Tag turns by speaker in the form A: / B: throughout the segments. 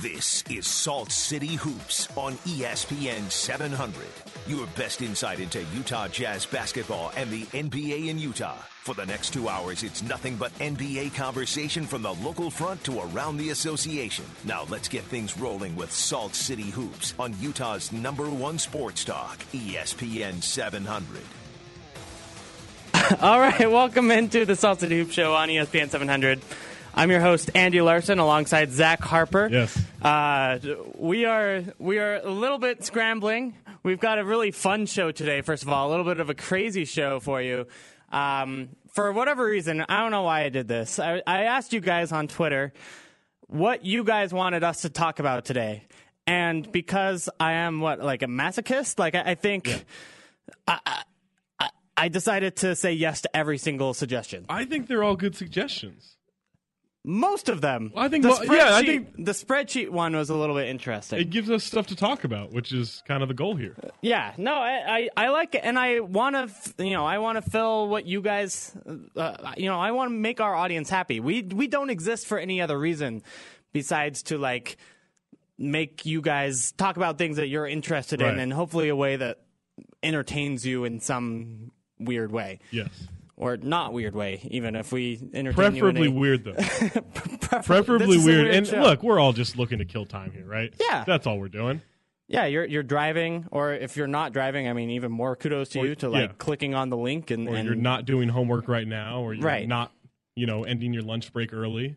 A: This is Salt City Hoops on E ESPN 700. Your best insight into Utah Jazz basketball and the NBA in Utah. For the next two hours, it's nothing but NBA conversation from the local front to around the association. Now let's get things rolling with Salt City Hoops on Utah's number one sports talk, E ESPN 700.
B: All right, welcome into the Salt City Hoop Show on E ESPN 700. I'm your host Andy Larson, alongside Zach Harper.
C: Yes.
B: Uh, we are we are a little bit scrambling. We've got a really fun show today. First of all, a little bit of a crazy show for you. Um, for whatever reason, I don't know why I did this. I, I asked you guys on Twitter what you guys wanted us to talk about today, and because I am what like a masochist, like I, I think. I decided to say yes to every single suggestion.
C: I think they're all good suggestions.
B: Most of them.
C: Well, I think
B: the
C: mo- yeah, I
B: spreadsheet-
C: think-
B: the spreadsheet one was a little bit
C: It
B: interesting.
C: gives us stuff to talk about, which is kind of the goal here.
B: yeah, no, I, I, I like it, and I want to, f- you know, I want to fill what you guys, uh, you know, I want to make our audience happy. We we don't exist for any other reason besides to like make you guys talk about things that you're interested in,
C: Right.
B: and hopefully a way that entertains you in some weird way
C: Yes.
B: or not weird way, even if we entertain you
C: Preferably
B: in a-
C: weird though.
B: Prefer-
C: Preferably
B: This is a
C: weird. And
B: show.
C: look, we're all just looking to kill time here, right?
B: Yeah.
C: That's all we're doing.
B: yeah, you're you're driving, or if you're not driving, I mean, even more kudos to you to like
C: yeah.
B: clicking on the link and,
C: Or
B: and
C: you're not doing homework right now, or you're
B: Right.
C: not, you know, ending your lunch break early.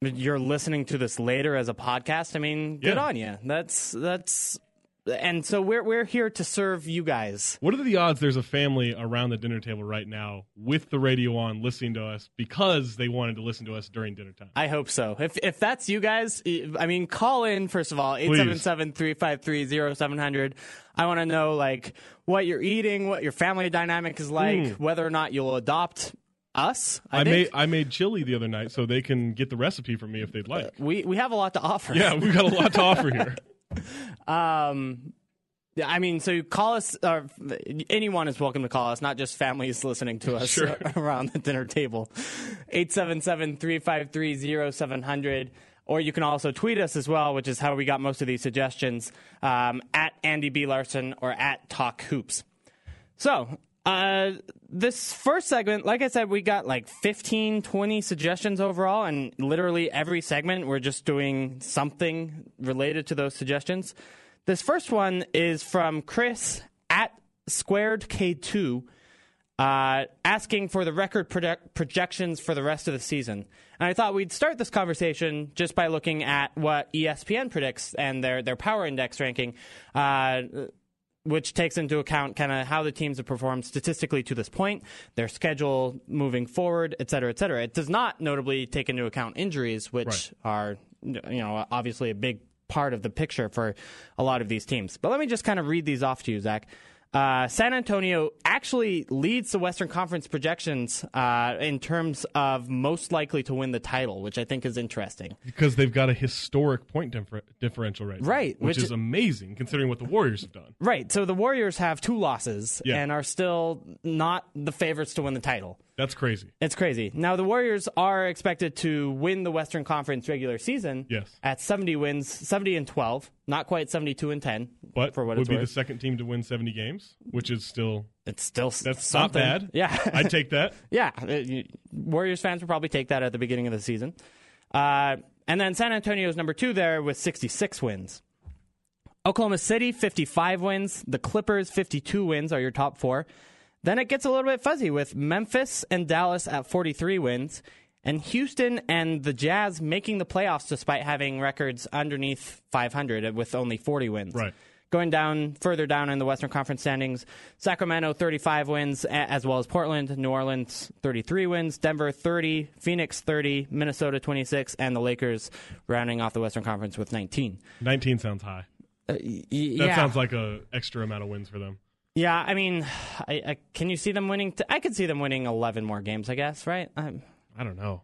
B: you're listening to this later as a podcast. I mean, good
C: Yeah.
B: on you. That's that's, and so we're we're here to serve you guys.
C: What are the odds there's a family around the dinner table right now with the radio on listening to us because they wanted to listen to us during dinner time?
B: I hope so. If if that's you guys, I mean, call in first of all, 877-353-0700. I want to know like what you're eating, what your family dynamic is like, whether or not you'll adopt us. I,
C: Hmm. I
B: think.
C: made I made chili the other night, so they can get the recipe from me if they'd like.
B: we we have a lot to offer.
C: Yeah, we've got a lot to offer here.
B: Um, yeah, I mean, so you call us. Or anyone is welcome to call us, not just families listening to us
C: Sure.
B: around the dinner table. 877-353-0700. Or you can also tweet us as well, which is how we got most of these suggestions um, at Andy B. Larson or at Talk Hoops. So, uh, this first segment, like I said, we got like 15, 20 suggestions overall, and literally every segment we're just doing something related to those suggestions. This first one is from Chris at squared K2, uh, asking for the record project- projections for the rest of the season. And I thought we'd start this conversation just by looking at what E ESPN predicts and their, their power index ranking. Uh, which takes into account kind of how the teams have performed statistically to this point, their schedule moving forward, et cetera, et cetera. It does not notably take into account injuries, which
C: Right.
B: are, you know, obviously a big part of the picture for a lot of these teams. But let me just kind of read these off to you, Zach. Uh, San Antonio actually leads the Western Conference projections uh, in terms of most likely to win the title, which I think is interesting.
C: because they've got a historic point differ- differential right now,
B: Right,
C: which,
B: which-
C: is amazing considering what the Warriors have done.
B: Right. So the Warriors have two losses
C: Yeah.
B: and are still not the favorites to win the title.
C: That's crazy.
B: It's crazy. Now the Warriors are expected to win the Western Conference regular season.
C: Yes.
B: At 70 wins, 70 and 12, not quite 72 and 10.
C: But
B: for what
C: would
B: it's
C: be the
B: worth,
C: second team to win 70 games, which is still
B: it's still s-
C: that's
B: something.
C: not bad.
B: Yeah.
C: I take that.
B: yeah. Uh, you- Warriors fans will probably take that at the beginning of the season. Uh, and then San Antonio's number two there with 66 wins. Oklahoma City, 55 wins. The Clippers, 52 wins are your top four. Then it gets a little bit fuzzy with Memphis and Dallas at 43 wins, and Houston and the Jazz making the playoffs despite having records underneath 500 with only 40 wins.
C: Right.
B: Going down further down in the Western Conference standings, Sacramento 35 wins, a- as well as Portland, New Orleans 33 wins, Denver 30, Phoenix 30, Minnesota 26, and the Lakers rounding off the Western Conference with 19.
C: 19 sounds high. That
B: yeah.
C: sounds like a extra amount of wins for them.
B: Yeah, I mean, I, I, can you see them winning? T- I could see them winning 11 more games, I guess, right? Um,
C: I don't know.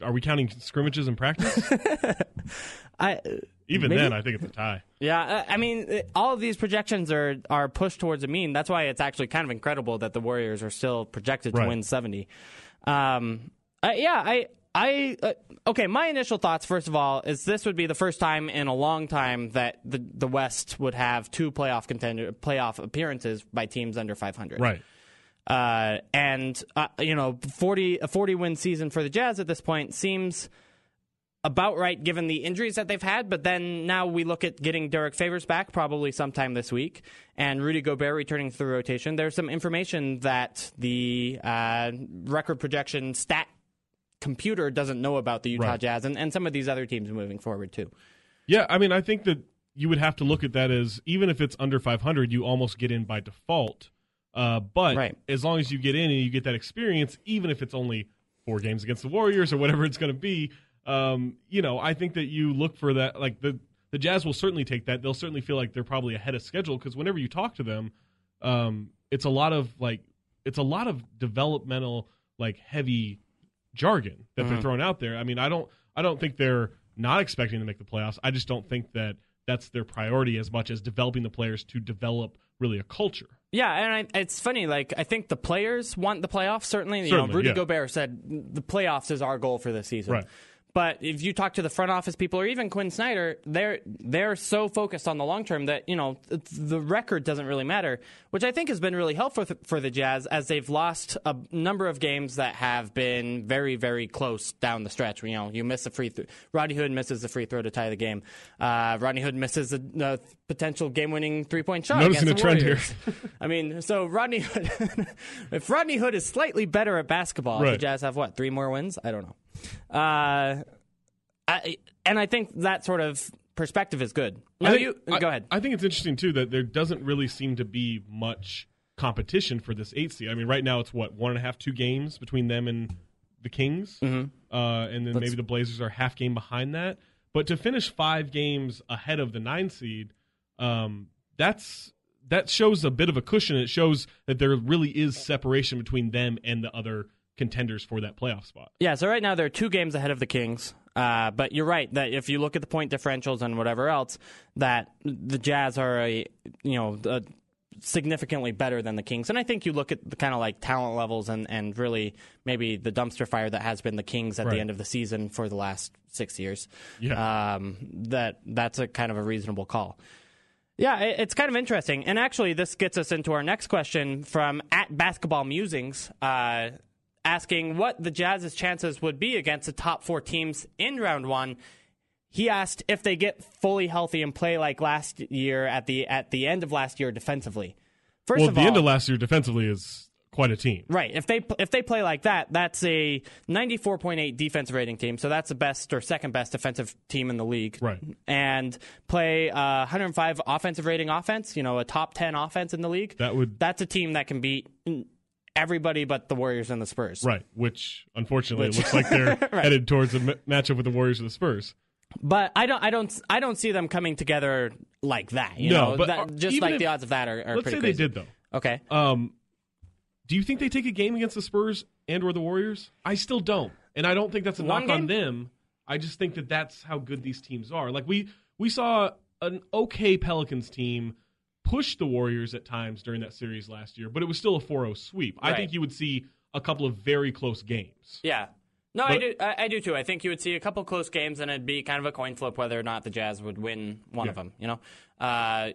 C: Are we counting scrimmages and practice?
B: I,
C: Even
B: Maybe.
C: then, I think it's a tie.
B: yeah, uh, I, I mean, it- all of these projections are, are pushed towards a mean. That's why it's actually kind of incredible that the Warriors are still projected to
C: Right.
B: win 70. Um, I, yeah, I, I uh, okay. My initial thoughts, first of all, is this would be the first time in a long time that the the West would have two playoff contender playoff appearances by teams under 500.
C: Right.
B: Uh, and uh, you know, 40 a 40 win season for the Jazz at this point seems about right given the injuries that they've had. But then now we look at getting Derek Favors back probably sometime this week and Rudy Gobert returning to the rotation. There's some information that the uh, record projection stat computer doesn't know about the Utah
C: Right.
B: Jazz and, and some of these other teams moving forward too.
C: Yeah, I mean, I think that you would have to look at that as even if it's under 500, you almost get in by default. Uh, but
B: Right.
C: as long as you get in and you get that experience, even if it's only four games against the Warriors or whatever it's going to be, um, you know, I think that you look for that. Like the the Jazz will certainly take that. They'll certainly feel like they're probably ahead of schedule because whenever you talk to them, um, it's a lot of like it's a lot of developmental like heavy jargon that they're throwing out there. I mean, I don't I don't think they're not expecting to make the playoffs. I just don't think that that's their priority as much as developing the players to develop really a culture.
B: Yeah, and I, it's funny. Like I think the players want the playoffs. Certainly, you
C: Certainly,
B: know, Rudy
C: yeah.
B: Gobert said the playoffs is our goal for this season.
C: Right.
B: But if you talk to the front office people or even Quinn Snyder, they're they're so focused on the long term that you know th- the record doesn't really matter, which I think has been really helpful th- for the Jazz as they've lost a number of games that have been very very close down the stretch. You know, you miss a free throw. Rodney Hood misses the free throw to tie the game. Uh, Rodney Hood misses a, a potential game winning three point shot.
C: Noticing
B: against
C: a
B: the
C: trend here.
B: Warriors. I mean, so Rodney Hood, if Rodney Hood is slightly better at basketball, the
C: Right.
B: Jazz have what three more wins? I don't know. Uh, I, and I think that sort of perspective is good. No,
C: I think-
B: you
C: I-
B: go ahead.
C: I think it's interesting too that there doesn't really seem to be much competition for this eight seed. I mean, right now it's what one and a half, two games between them and the Kings,
B: Mm-hmm.
C: uh, and then maybe the Blazers are half game behind that. But to finish five games ahead of the nine seed, um, that's that shows a bit of a cushion. It shows that there really is separation between them and the other contenders for that playoff spot.
B: yeah, so right now they're two games ahead of the Kings. Uh, but you're right that if you look at the point differentials and whatever else, that the Jazz are a you know a significantly better than the Kings. And I think you look at the kind of like talent levels and and really maybe the dumpster fire that has been the Kings at the
C: Right.
B: end of the season for the last six years.
C: Yeah.
B: um, that that's a kind of a reasonable call. Yeah, it, it's kind of interesting. And actually, this gets us into our next question from at Basketball Musings, uh, asking what the Jazz's chances would be against the top four teams in round one. He asked if they get fully healthy and play like last year at the at the end of last year defensively. First
C: Well,
B: of
C: the
B: all,
C: end of last year defensively is quite a team.
B: Right. If they if they play like that, that's a 94.8 defensive rating team. So that's the best or second best defensive team in the league.
C: Right.
B: And play uh, 105 offensive rating offense. You know, a top 10 offense in the league.
C: That would-
B: That's a team that can beat everybody but the Warriors and the Spurs.
C: Right, which unfortunately it looks like they're headed towards a m- matchup with the Warriors and the Spurs.
B: But I don't I don't I don't see them coming together like that. You
C: No,
B: know,
C: but
B: That-
C: are-
B: just
C: even
B: like
C: if-
B: the odds of that are, are
C: Let's
B: pretty
C: say
B: crazy.
C: they did though.
B: Okay.
C: Um, do you think they take a game against the Spurs and or the Warriors? I still don't, and I don't think that's a
B: One
C: knock on
B: game?
C: them. I just think that that's how good these teams are. Like we we saw an okay Pelicans team push the Warriors at times during that series last year, but it was still a 4-0 sweep. I
B: Right.
C: think you would see a couple of very close games.
B: Yeah. No, I
C: But-
B: do. I, I do too. I think you would see a couple close games, and it'd be kind of a coin flip whether or not the Jazz would win one of them. You know, uh,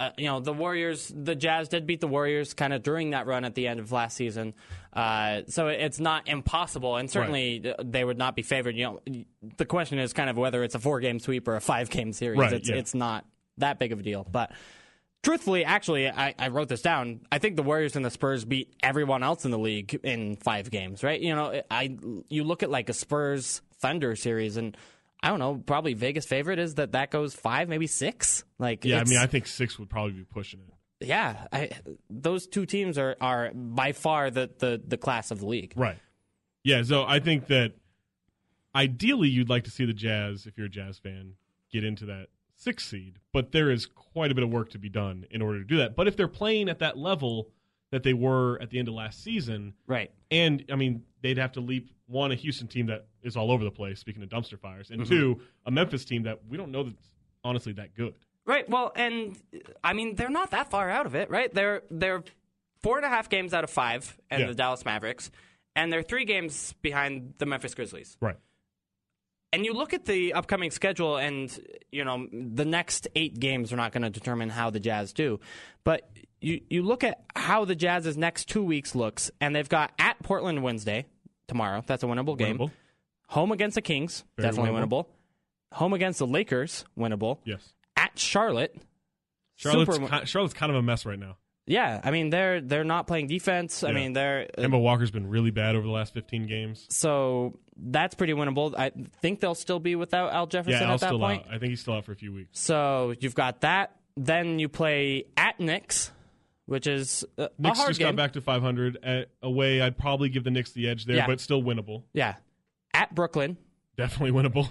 B: uh, you know the Warriors. The Jazz did beat the Warriors kind of during that run at the end of last season, uh, so it- it's not impossible. And certainly uh, they would not be favored. You know, y- the question is kind of whether it's a four game sweep or a five game series.
C: Right,
B: it's
C: yeah.
B: it's not that big of a deal, but. Truthfully, actually, I, I wrote this down. I think the Warriors and the Spurs beat everyone else in the league in five games, right? You know, I you look at like a Spurs Thunder series, and I don't know, probably Vegas favorite is that that goes five, maybe six. Like,
C: Yeah, I
B: it's-
C: mean, I think six would probably be pushing it.
B: yeah, I, those two teams are are by far the the, the class of the league.
C: Right. Yeah, so I think that ideally you'd like to see the Jazz, if you're a Jazz fan, get into that six seed, but there is quite a bit of work to be done in order to do that. But if they're playing at that level that they were at the end of last season,
B: Right.
C: and I mean, they'd have to leap one, a Houston team that is all over the place, speaking of dumpster fires,
B: Mm-hmm.
C: and two, a Memphis team that we don't know that's honestly that good.
B: Right. Well, and I mean they're not that far out of it, right? They're they're four and a half games out of five, and
C: Yeah.
B: the Dallas Mavericks, and they're three games behind the Memphis Grizzlies.
C: Right.
B: And you look at the upcoming schedule, and you know the next eight games are not going to determine how the Jazz do, but you you look at how the Jazz's next two weeks looks, and they've got at Portland Wednesday tomorrow. That's a winnable game.
C: Winnable.
B: Home against the Kings,
C: Very
B: definitely
C: winnable.
B: winnable. Home against the Lakers, winnable.
C: Yes.
B: At Charlotte,
C: Charlotte's,
B: super-
C: ki- Charlotte's kind of a mess right now.
B: yeah. I mean they're they're not playing defense. I
C: Yeah.
B: mean they're
C: Kemba Walker's been really bad over the last 15 games.
B: so that's pretty winnable. I think they'll still be without Al Jefferson
C: Yeah,
B: at
C: Al's
B: that
C: still
B: point.
C: out. I think he's still out for a few weeks.
B: So you've got that. Then you play at Knicks, which is uh, a
C: Knicks
B: hard
C: just
B: game.
C: got back to 500 at away. I'd probably give the Knicks the edge there,
B: Yeah.
C: but still winnable.
B: Yeah, at Brooklyn
C: Definitely winnable.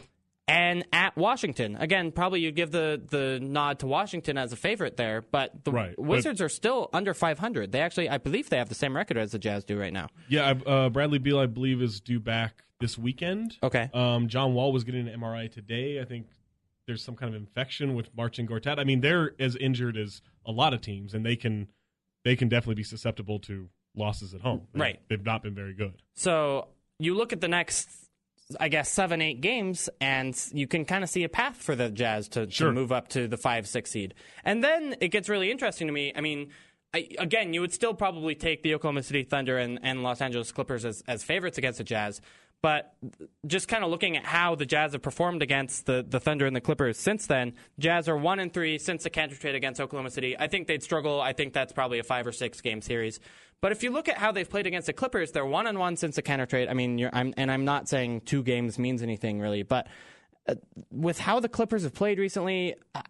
B: and at Washington. Again, probably you give the the nod to Washington as a favorite there, but the
C: Right, but-
B: Wizards are still under 500. They actually, I believe, they have the same record as the Jazz do right now.
C: Yeah, I, uh, Bradley Beal, I believe, is due back this weekend.
B: Okay.
C: Um, John Wall was getting an MRI today. I think there's some kind of infection with March and Gortat. I mean, they're as injured as a lot of teams, and they can they can definitely be susceptible to losses at home. They-
B: Right.
C: They've not been very good.
B: So you look at the next, I guess, seven, eight games, and you can kind of see a path for the Jazz to,
C: Sure.
B: to move up to the five, six seed. And then it gets really interesting to me. I mean, I, again, you would still probably take the Oklahoma City Thunder and, and Los Angeles Clippers as, as favorites against the Jazz. But just kind of looking at how the Jazz have performed against the, the Thunder and the Clippers since then, Jazz are one and three since the cancer trade against Oklahoma City. I think they'd struggle. I think that's probably a five or six game series. But if you look at how they've played against the Clippers, they're one on one since the counter trade. I mean, you're, I'm, and I'm not saying two games means anything really, but uh, with how the Clippers have played recently, uh,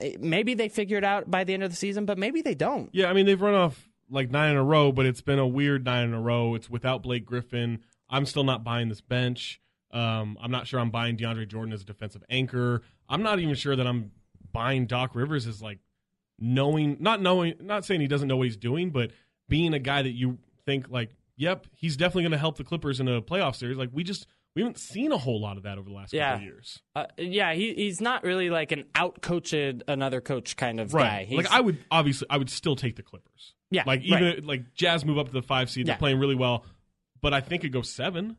B: it- maybe they figure it out by the end of the season, but maybe they don't.
C: Yeah, I mean they've run off like nine in a row, but it's been a weird nine in a row. It's without Blake Griffin. I'm still not buying this bench. Um, I'm not sure I'm buying DeAndre Jordan as a defensive anchor. I'm not even sure that I'm buying Doc Rivers as like knowing, not knowing, not saying he doesn't know what he's doing, but being a guy that you think like, yep, he's definitely going to help the Clippers in a playoff series. Like we just we haven't seen a whole lot of that over the last
B: Yeah.
C: couple of years.
B: Uh, yeah, he, he's not really like an out coached another coach kind of guy. He's,
C: Like I would obviously I would still take the Clippers.
B: Yeah,
C: Like even
B: right.
C: like Jazz move up to the five seed.
B: Yeah.
C: They're playing really well, but I think it goes seven,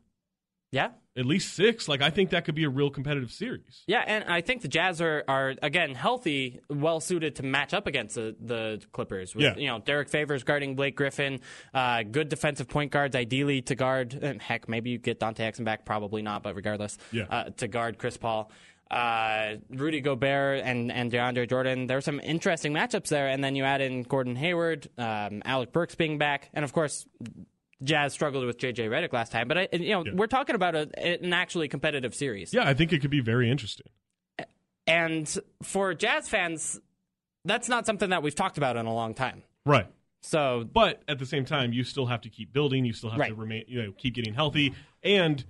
B: yeah,
C: at least six. Like I think that could be a real competitive series.
B: Yeah, and I think the Jazz are, are again healthy, well suited to match up against the, the Clippers. With,
C: Yeah.
B: you know Derek Favors guarding Blake Griffin, uh, good defensive point guards, ideally to guard. And heck, maybe you get Dante Exum back, probably not, but regardless,
C: Yeah.
B: uh, to guard Chris Paul. Uh, Rudy Gobert and, and DeAndre Jordan. There were some interesting matchups there, and then you add in Gordon Hayward, um, Alec Burks being back, and of course Jazz struggled with JJ Redick last time. But I, and, you know, we're talking about a, an actually competitive series.
C: Yeah, I think it could be very interesting.
B: And for jazz fans, that's not something that we've talked about in a long time.
C: Right.
B: So
C: But at the same time, you still have to keep building. You still have to
B: Right.
C: remain, you know, keep getting healthy. And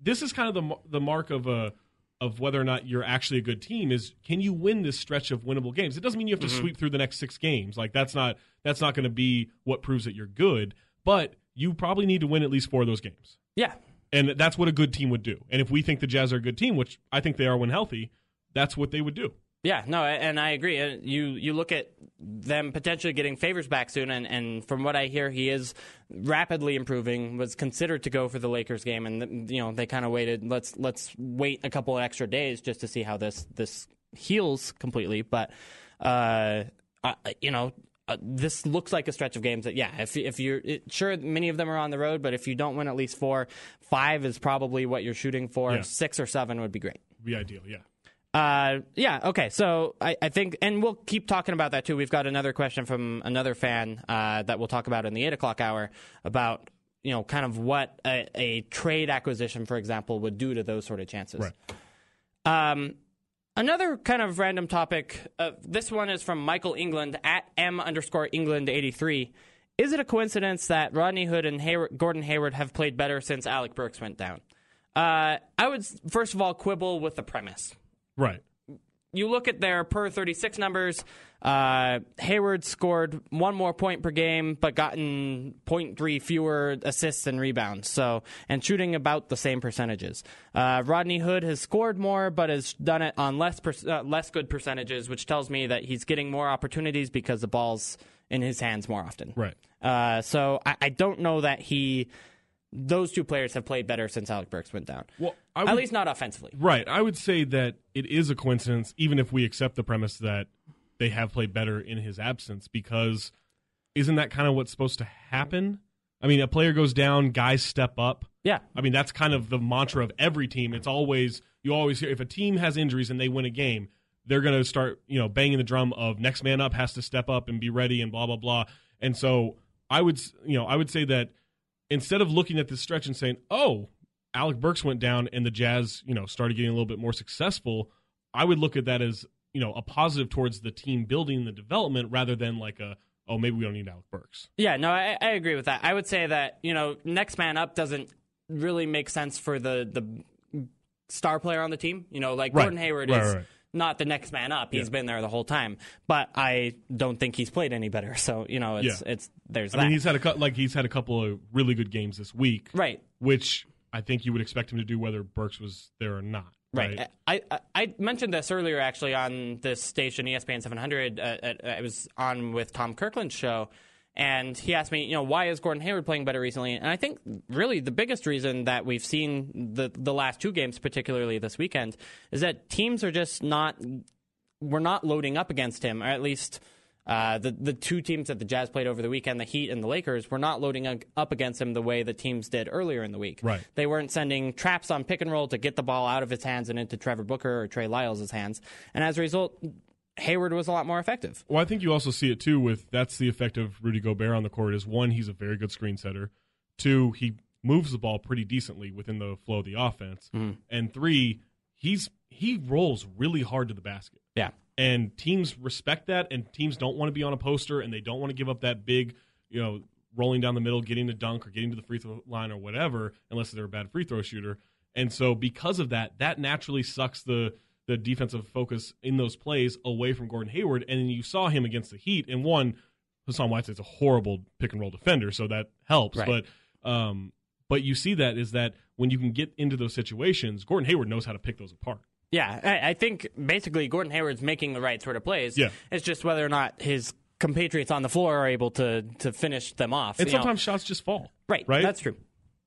C: this is kind of the mar- the mark of a of whether or not you're actually a good team is can you win this stretch of winnable games? It doesn't mean you have to sweep through the next six games. Like that's not that's not going to be what proves that you're good. But you probably need to win at least four of those games,
B: yeah,
C: and that's what a good team would do. And if we think the Jazz are a good team, which I think they are when healthy, that's what they would do.
B: yeah, no, a- and I agree. Uh, You you look at them potentially getting favors back soon, and, and from what I hear, he is rapidly improving. Was considered to go for the Lakers game, and you know they kind of waited. Let's let's wait a couple of extra days just to see how this this heals completely. But uh, uh you know. Uh, this looks like a stretch of games that, yeah, if if you're it, sure, many of them are on the road, but if you don't win at least four, five is probably what you're shooting for.
C: Yeah.
B: Six or seven would be great.
C: Would be ideal. Yeah.
B: Uh, yeah, okay. So I, I think, and we'll keep talking about that too. We've got another question from another fan uh, that we'll talk about in the eight o'clock hour about you know kind of what a, a trade acquisition, for example, would do to those sort of chances. Um, another kind of random topic. Uh, this one is from Michael England at m underscore England eighty three. Is it a coincidence that Rodney Hood and Hayward, Gordon Hayward have played better since Alec Burks went down? Uh, I would s- first of all quibble with the premise
C: Right.
B: you look at their per 36 numbers, uh, Hayward scored one more point per game, but gotten 0.3 fewer assists and rebounds. So, and shooting about the same percentages. Uh, Rodney Hood has scored more, but has done it on less per- uh, less good percentages, which tells me that he's getting more opportunities because the ball's in his hands more often.
C: Right.
B: Uh, so I, I don't know that he those two players have played better since Alec Burks went down.
C: Well, I
B: At
C: would-
B: least not offensively.
C: Right. I would say that it is a coincidence, even if we accept the premise that they have played better in his absence, because isn't that kind of what's supposed to happen? I mean, a player goes down, guys step up.
B: Yeah.
C: I mean, that's kind of the mantra of every team. It's always, you always hear if a team has injuries and they win a game, they're going to start, you know, banging the drum of next man up has to step up and be ready and blah, blah, blah. And so I would, s- you know, I would say that instead of looking at this stretch and saying, "Oh, Alec Burks went down and the Jazz, you know, started getting a little bit more successful," I would look at that as, you know, a positive towards the team building and the development rather than like a, "Oh, maybe we don't need Alec Burks."
B: Yeah, no, I, I agree with that. I would say that you know, next man up doesn't really make sense for the the star player on the team. You know, like
C: Right.
B: Gordon Hayward
C: Right,
B: is
C: right, right.
B: not the next man up. He's
C: Yeah.
B: been there the whole time, but I don't think he's played any better. So you know, it's
C: Yeah.
B: it's there's
C: I mean,
B: that.
C: he's had a cou- like he's had a couple of really good games this week,
B: right,
C: which I think you would expect him to do whether Burks was there or not.
B: right. I, I I mentioned this earlier actually on this station ESPN 700. Uh, at, I was on with Tom Kirkland's show. And he asked me, you know, why is Gordon Hayward playing better recently? And I think really the biggest reason that we've seen the the last two games, particularly this weekend, is that teams are just not we're not loading up against him, or at least uh, the the two teams that the Jazz played over the weekend, the Heat and the Lakers, were not loading ag- up against him the way the teams did earlier in the week.
C: Right.
B: They weren't sending traps on pick and roll to get the ball out of his hands and into Trevor Booker or Trey Lyles' hands, and as a result, Hayward was a lot more effective.
C: Well, I think you also see it too with that's the effect of Rudy Gobert on the court is one, he's a very good screen setter. Two, he moves the ball pretty decently within the flow of the offense.
B: Mm-hmm.
C: And three, he's he rolls really hard to the basket.
B: Yeah.
C: And teams respect that and teams don't want to be on a poster and they don't want to give up that big, you know, rolling down the middle, getting the dunk or getting to the free throw line or whatever, unless they're a bad free throw shooter. And so because of that, that naturally sucks the the defensive focus in those plays away from Gordon Hayward. And then you saw him against the Heat. And one, Hassan Whiteside's a horrible pick and roll defender, so that helps.
B: Right.
C: But um, but you see that is that when you can get into those situations, Gordon Hayward knows how to pick those apart.
B: Yeah, I, I think basically Gordon Hayward's making the right sort of plays.
C: Yeah.
B: It's just whether or not his compatriots on the floor are able to to finish them off.
C: And
B: you know.
C: sometimes shots just fall.
B: Right.
C: Right.
B: That's true.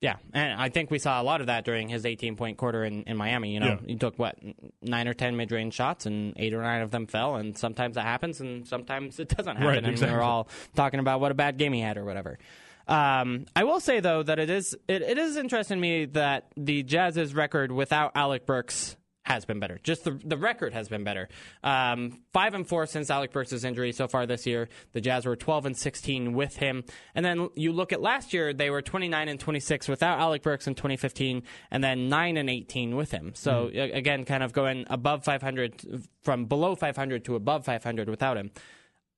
B: Yeah, and I think we saw a lot of that during his 18 point quarter in, in Miami. You know,
C: Yeah.
B: he took what nine or ten mid range shots, and eight or nine of them fell. And sometimes that happens, and sometimes it doesn't happen.
C: Right,
B: and
C: exactly.
B: we're all talking about what a bad game he had or whatever. Um, I will say though that it is it, it is interesting to me that the Jazz's record without Alec Burks has been better. Just the the record has been better. Um, five and four since Alec Burks' injury so far this year. The Jazz were twelve and sixteen with him. And then you look at last year, they were twenty nine and twenty six without Alec Burks in twenty fifteen, and then nine and eighteen with him. So
C: Hmm.
B: a- again, kind of going above five hundred from below five hundred to above five hundred without him.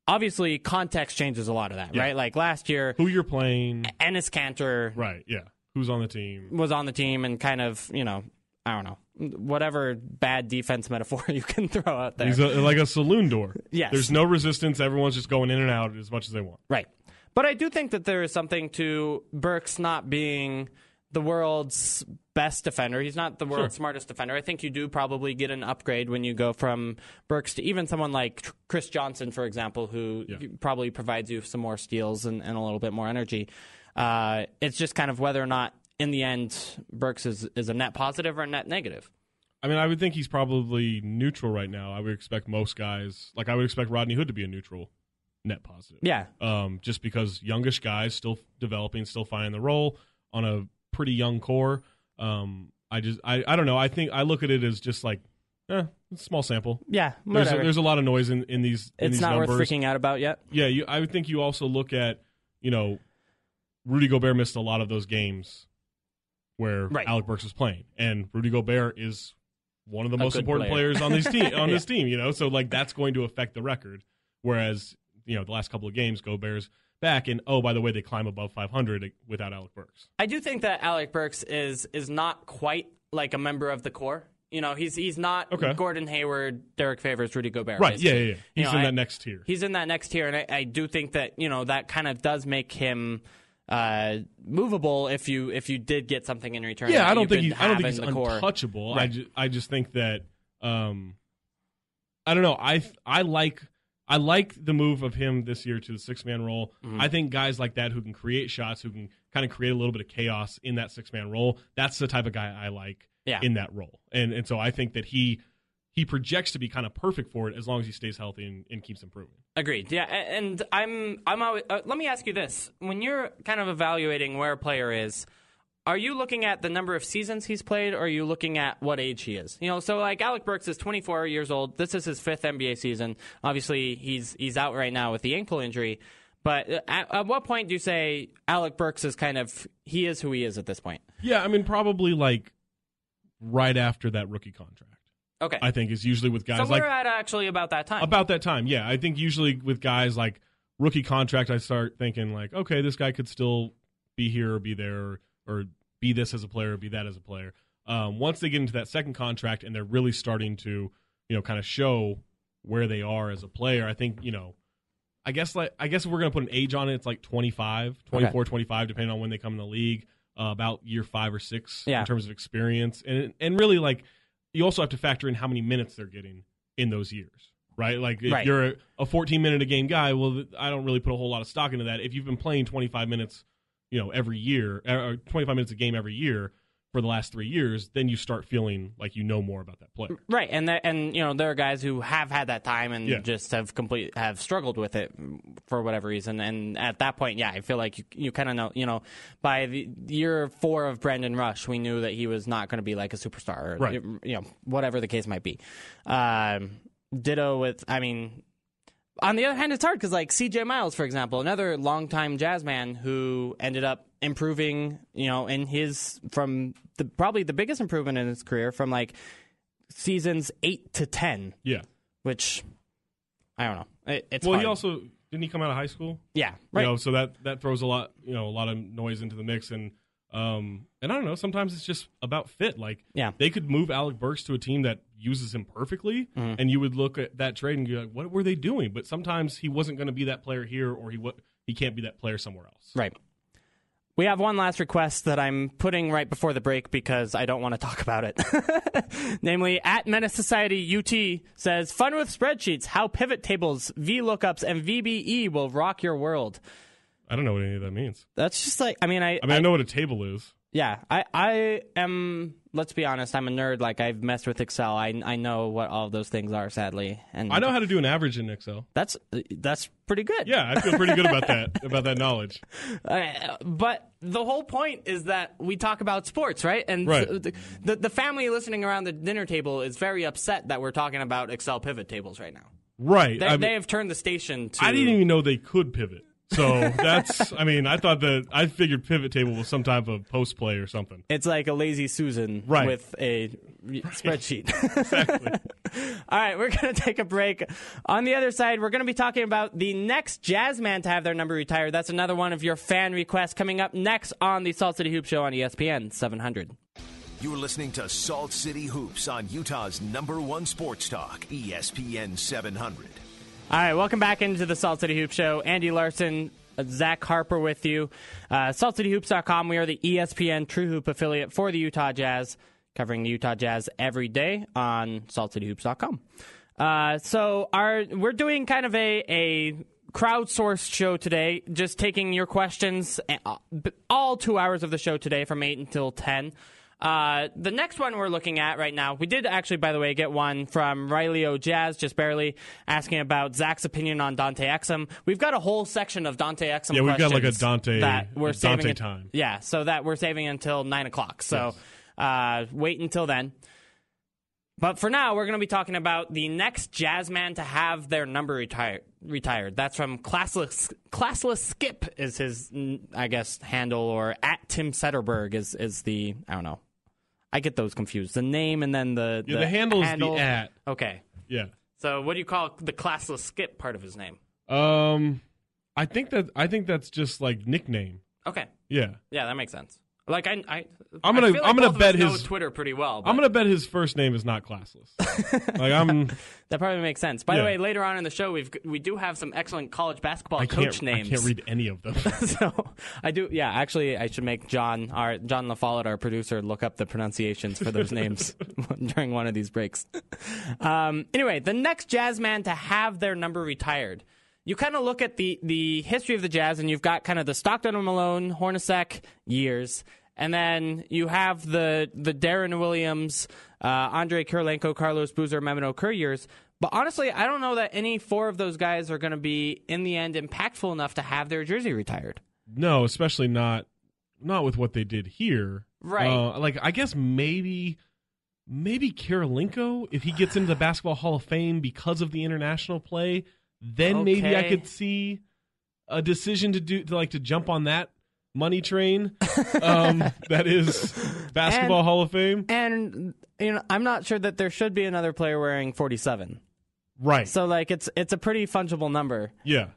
B: Obviously, context changes a lot of that, right? Like last year,
C: Who you're playing.
B: Ennis Cantor
C: Right. Yeah. Who's on the team?
B: was on the team and kind of, you know, I don't know, whatever bad defense metaphor you can throw out there.
C: He's a, like a saloon door.
B: Yes.
C: There's no resistance. Everyone's just going in and out as much as they want.
B: right. But I do think that there is something to Burks not being the world's best defender. He's not the world's smartest defender. I think you do probably get an upgrade when you go from Burks to even someone like Tr- Chris Johnson, for example, who probably provides you some more steals and, and a little bit more energy. Uh, it's just kind of whether or not, in the end, Burks is, is a net positive or a net negative.
C: I mean, I would think he's probably neutral right now. I would expect most guys, like I would expect Rodney Hood to be a neutral, net positive.
B: Yeah.
C: Um, just because youngish guys still developing, still finding the role on a pretty young core. Um, I just, I, I don't know. I think I look at it as just like, eh, it's a small sample.
B: Yeah,
C: There's a,
B: whatever.
C: there's a lot of noise in, in these. in
B: it's
C: these
B: not
C: numbers.
B: worth freaking out about yet.
C: Yeah, you, I would think you also look at, you know, Rudy Gobert missed a lot of those games where
B: Right.
C: Alec Burks was playing, and Rudy Gobert is one of the
B: A
C: most
B: good
C: important
B: player.
C: players on this team. On this team, you know, so like that's going to affect the record. Whereas you know the last couple of games, Gobert's back, and oh by the way, they climb above 500 without Alec Burks.
B: I do think that Alec Burks is is not quite like a member of the core. You know, he's he's not
C: Okay.
B: Gordon Hayward, Derek Favors, Rudy Gobert.
C: Right? Yeah,
B: basically.
C: yeah, yeah. He's
B: know,
C: in
B: I-
C: that next tier.
B: He's in that next tier, and I, I do think that you know that kind of does make him uh, movable if you if you did get something in return.
C: Yeah,
B: that
C: I
B: you
C: don't think
B: could
C: he's. I don't
B: have
C: think
B: in
C: he's
B: the core.
C: untouchable. I
B: Right.
C: just, I just think that. Um, I don't know. I I like. I I like the move of him this year to the six man role. I think guys like that who can create shots, who can kind of create a little bit of chaos in that six man role, that's the type of guy I like
B: Yeah.
C: in that role. And and so I think that he he projects to be kind of perfect for it as long as he stays healthy and, and keeps improving.
B: Agreed. Yeah, a- and I'm I'm always, uh, let me ask you this: when you're kind of evaluating where a player is, are you looking at the number of seasons he's played, or are you looking at what age he is? You know, so like Alec Burks is 24 years old. This is his fifth NBA season. Obviously, he's he's out right now with the ankle injury. But uh, at, at what point do you say Alec Burks is kind of he is who he is at this point?
C: Yeah, I mean probably like right after that rookie contract.
B: Okay,
C: I think is usually with guys
B: so
C: like
B: we're at actually about that time.
C: about that time. Yeah, I think usually with guys like rookie contract, I start thinking like, okay, this guy could still be here or be there or, or be this as a player or be that as a player. Um, once they get into that second contract and they're really starting to, you know, kind of show where they are as a player, I think you know, I guess like I guess if we're gonna put an age on it. It's like 25, 24, 25, depending on when they come in the league. Uh, about year five or six
B: Yeah.
C: in terms of experience, and and really like you also have to factor in how many minutes they're getting in those years, right? Like if
B: Right.
C: you're a, a 14 minute a game guy, well, th- I don't really put a whole lot of stock into that. If you've been playing 25 minutes, you know, every year, er, or or 25 minutes a game every year for the last three years, then you start feeling like you know more about that player.
B: Right, and there, and you know there are guys who have had that time and
C: Yeah.
B: just have complete have struggled with it for whatever reason. And at that point, yeah, I feel like you, you kind of know. You know, by the year four of Brandon Rush, we knew that he was not going to be like a superstar, or,
C: Right.
B: You know, whatever the case might be. Um, ditto with, I mean, on the other hand, it's hard because like C.J. Miles, for example, another longtime jazz man who ended up improving, you know, in his from the probably the biggest improvement in his career from like seasons eight to ten,
C: Yeah.
B: which I don't know. It, it's
C: Well, he
B: hard.
C: also didn't he come out of high school?
B: yeah right
C: You know, so that that throws a lot, you know, a lot of noise into the mix, and um, and I don't know. Sometimes it's just about fit. Like,
B: Yeah.
C: they could move Alec Burks to a team that uses him perfectly,
B: Mm-hmm.
C: and you would look at that trade and be like, what were they doing? But sometimes he wasn't going to be that player here, or he what he can't be that player somewhere else.
B: right. We have one last request that I'm putting right before the break because I don't want to talk about it. Namely, at Menace Society UT says, "Fun with spreadsheets: How pivot tables, VLOOKUPs, and VBE will rock your world."
C: I don't know what any of that means.
B: That's just like I mean I,
C: I mean, I know what a table is.
B: yeah I I am let's be honest I'm a nerd like I've messed with Excel I I know what all those things are sadly and
C: I know how to do an average in Excel.
B: that's that's pretty good
C: Yeah, I feel pretty good about that about that knowledge.
B: Uh, but the whole point is that we talk about sports right and
C: Right.
B: th- th- the the family listening around the dinner table is very upset that we're talking about Excel pivot tables right now
C: Right.
B: they,
C: I mean-
B: they have turned the station to
C: I didn't even know they could pivot. So that's, I mean, I thought that I figured pivot table was some type of post play or something.
B: It's like a lazy Susan
C: Right.
B: with a re- spreadsheet. All right, we're going to take a break. On the other side, we're going to be talking about the next jazz man to have their number retired. That's another one of your fan requests coming up next on the Salt City Hoop Show on E ESPN 700.
A: You're listening to Salt City Hoops on Utah's number one sports talk, E ESPN 700.
B: All right, welcome back into the Salt City Hoop Show. Andy Larson, uh, Zach Harper with you. Uh, SaltCityHoops.com. We are the E ESPN True Hoop affiliate for the Utah Jazz, covering the Utah Jazz every day on SaltCityHoops.com. Uh, so our we're doing kind of a a crowdsourced show today, just taking your questions uh, b- all two hours of the show today from eight until ten. Uh, the next one we're looking at right now, we did actually, by the way, get one from Riley O. Jazz, just barely asking about Zach's opinion on Dante Exum. We've got a whole section of Dante Exum.
C: Yeah, we've got, like,
B: questions
C: a Dante-
B: that we're
C: a
B: saving
C: Dante
B: it-
C: time.
B: Yeah, so that we're saving until nine o'clock. So uh, wait until then. But for now, we're going to be talking about the next jazz man to have their number retire- retired. That's from Classless, Classless Skip is his, mm, I guess, handle, or at Tim Setterberg is, is the, I don't know. I get those confused. The name and then the,
C: Yeah, the handle is the at.
B: Okay.
C: Yeah.
B: So what do you call the Classless Skip part of his name?
C: Um, I think that, I think that's just like nickname.
B: Okay.
C: Yeah.
B: Yeah, that makes sense.
D: Like I, I
C: I'm gonna-
D: I feel like
C: I'm gonna
D: both of us
C: bet
D: know
C: his-
D: Twitter pretty well. But
C: I'm gonna bet his first name is not classless. like I'm,
B: That probably makes sense. By the
C: Yeah.
B: way, later on in the show, we've we do have some excellent college basketball
C: I
B: coach
C: can't,
B: names.
C: I can't read any of them.
B: so I do. Yeah, actually, I should make John our John LaFollette, our producer, look up the pronunciations for those names during one of these breaks. Um, anyway, the next jazz man to have their number retired. You kind of look at the the history of the jazz, and you've got kind of the Stockton and Malone, Hornacek years, and then you have the the Darren Williams, uh, Andre Kirilenko, Carlos Boozer, Mehmet Okur years. But honestly, I don't know that any four of those guys are going to be in the end impactful enough to have their jersey retired.
C: No, especially not not with what they did here.
B: Right.
C: Uh, like I guess maybe maybe Karolinko, if he gets into the basketball hall of fame because of the international play, then maybe I
B: Okay.
C: could see a decision to do to like to jump on that money train. um, that is basketball
B: And-
C: hall of fame.
B: And you know, I'm not sure that there should be another player wearing 47.
C: Right.
B: So like it's it's a pretty fungible number,
C: yeah.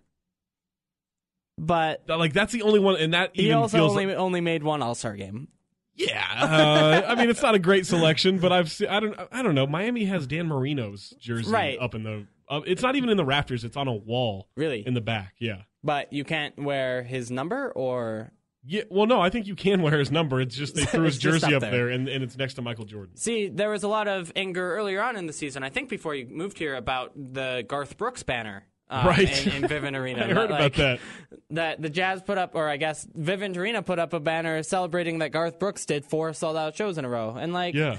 B: but
C: That- Like that's the only one and that
B: he
C: even
B: also
C: feels
B: only
C: like,
B: only made one All-Star game.
C: yeah. Uh, I mean, it's not a great selection, but I've seen, I don't I don't know. Miami has Dan Marino's jersey
B: Right.
C: up in the up, it's not even in the rafters. It's on a wall
B: Really?
C: in the back. Yeah.
B: But you can't wear his number or
C: Yeah. Well, no, I think you can wear his number. It's just they threw his
B: It's just
C: jersey
B: up
C: up
B: there.
C: there, and, and it's next to Michael Jordan.
B: See, there was a lot of anger earlier on in the season. I think before you moved here about the Garth Brooks banner, uh,
C: Right.
B: In, in Vivint Arena.
C: I heard
B: like,
C: about that.
B: That the Jazz put up, or I guess Vivint Arena put up a banner celebrating that Garth Brooks did four sold-out shows in a row, and like,
C: Yeah.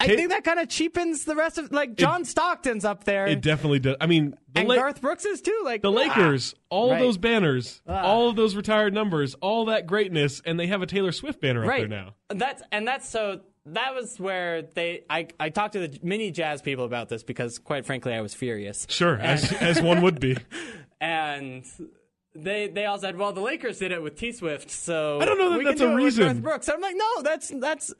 B: I
C: Ca-
B: think that kind of cheapens the rest of like John Stockton's up there,
C: It definitely does. I mean, the,
B: and
C: La-
B: Garth Brooks is too. Like
C: the
B: ah.
C: Lakers, all
B: Right.
C: those banners, all of those retired numbers, all that greatness, and they have a Taylor Swift banner
B: right
C: up there now.
B: That's and that's so that was where they. I I talked to the mini Jazz people about this because, quite frankly, I was furious.
C: Sure, as, as one would be.
B: and they they all said, "Well, the Lakers did it with T Swift, so
C: I don't know that
B: we
C: that's
B: can
C: a
B: do it with
C: reason.
B: Garth Brooks. I'm like, no, that's that's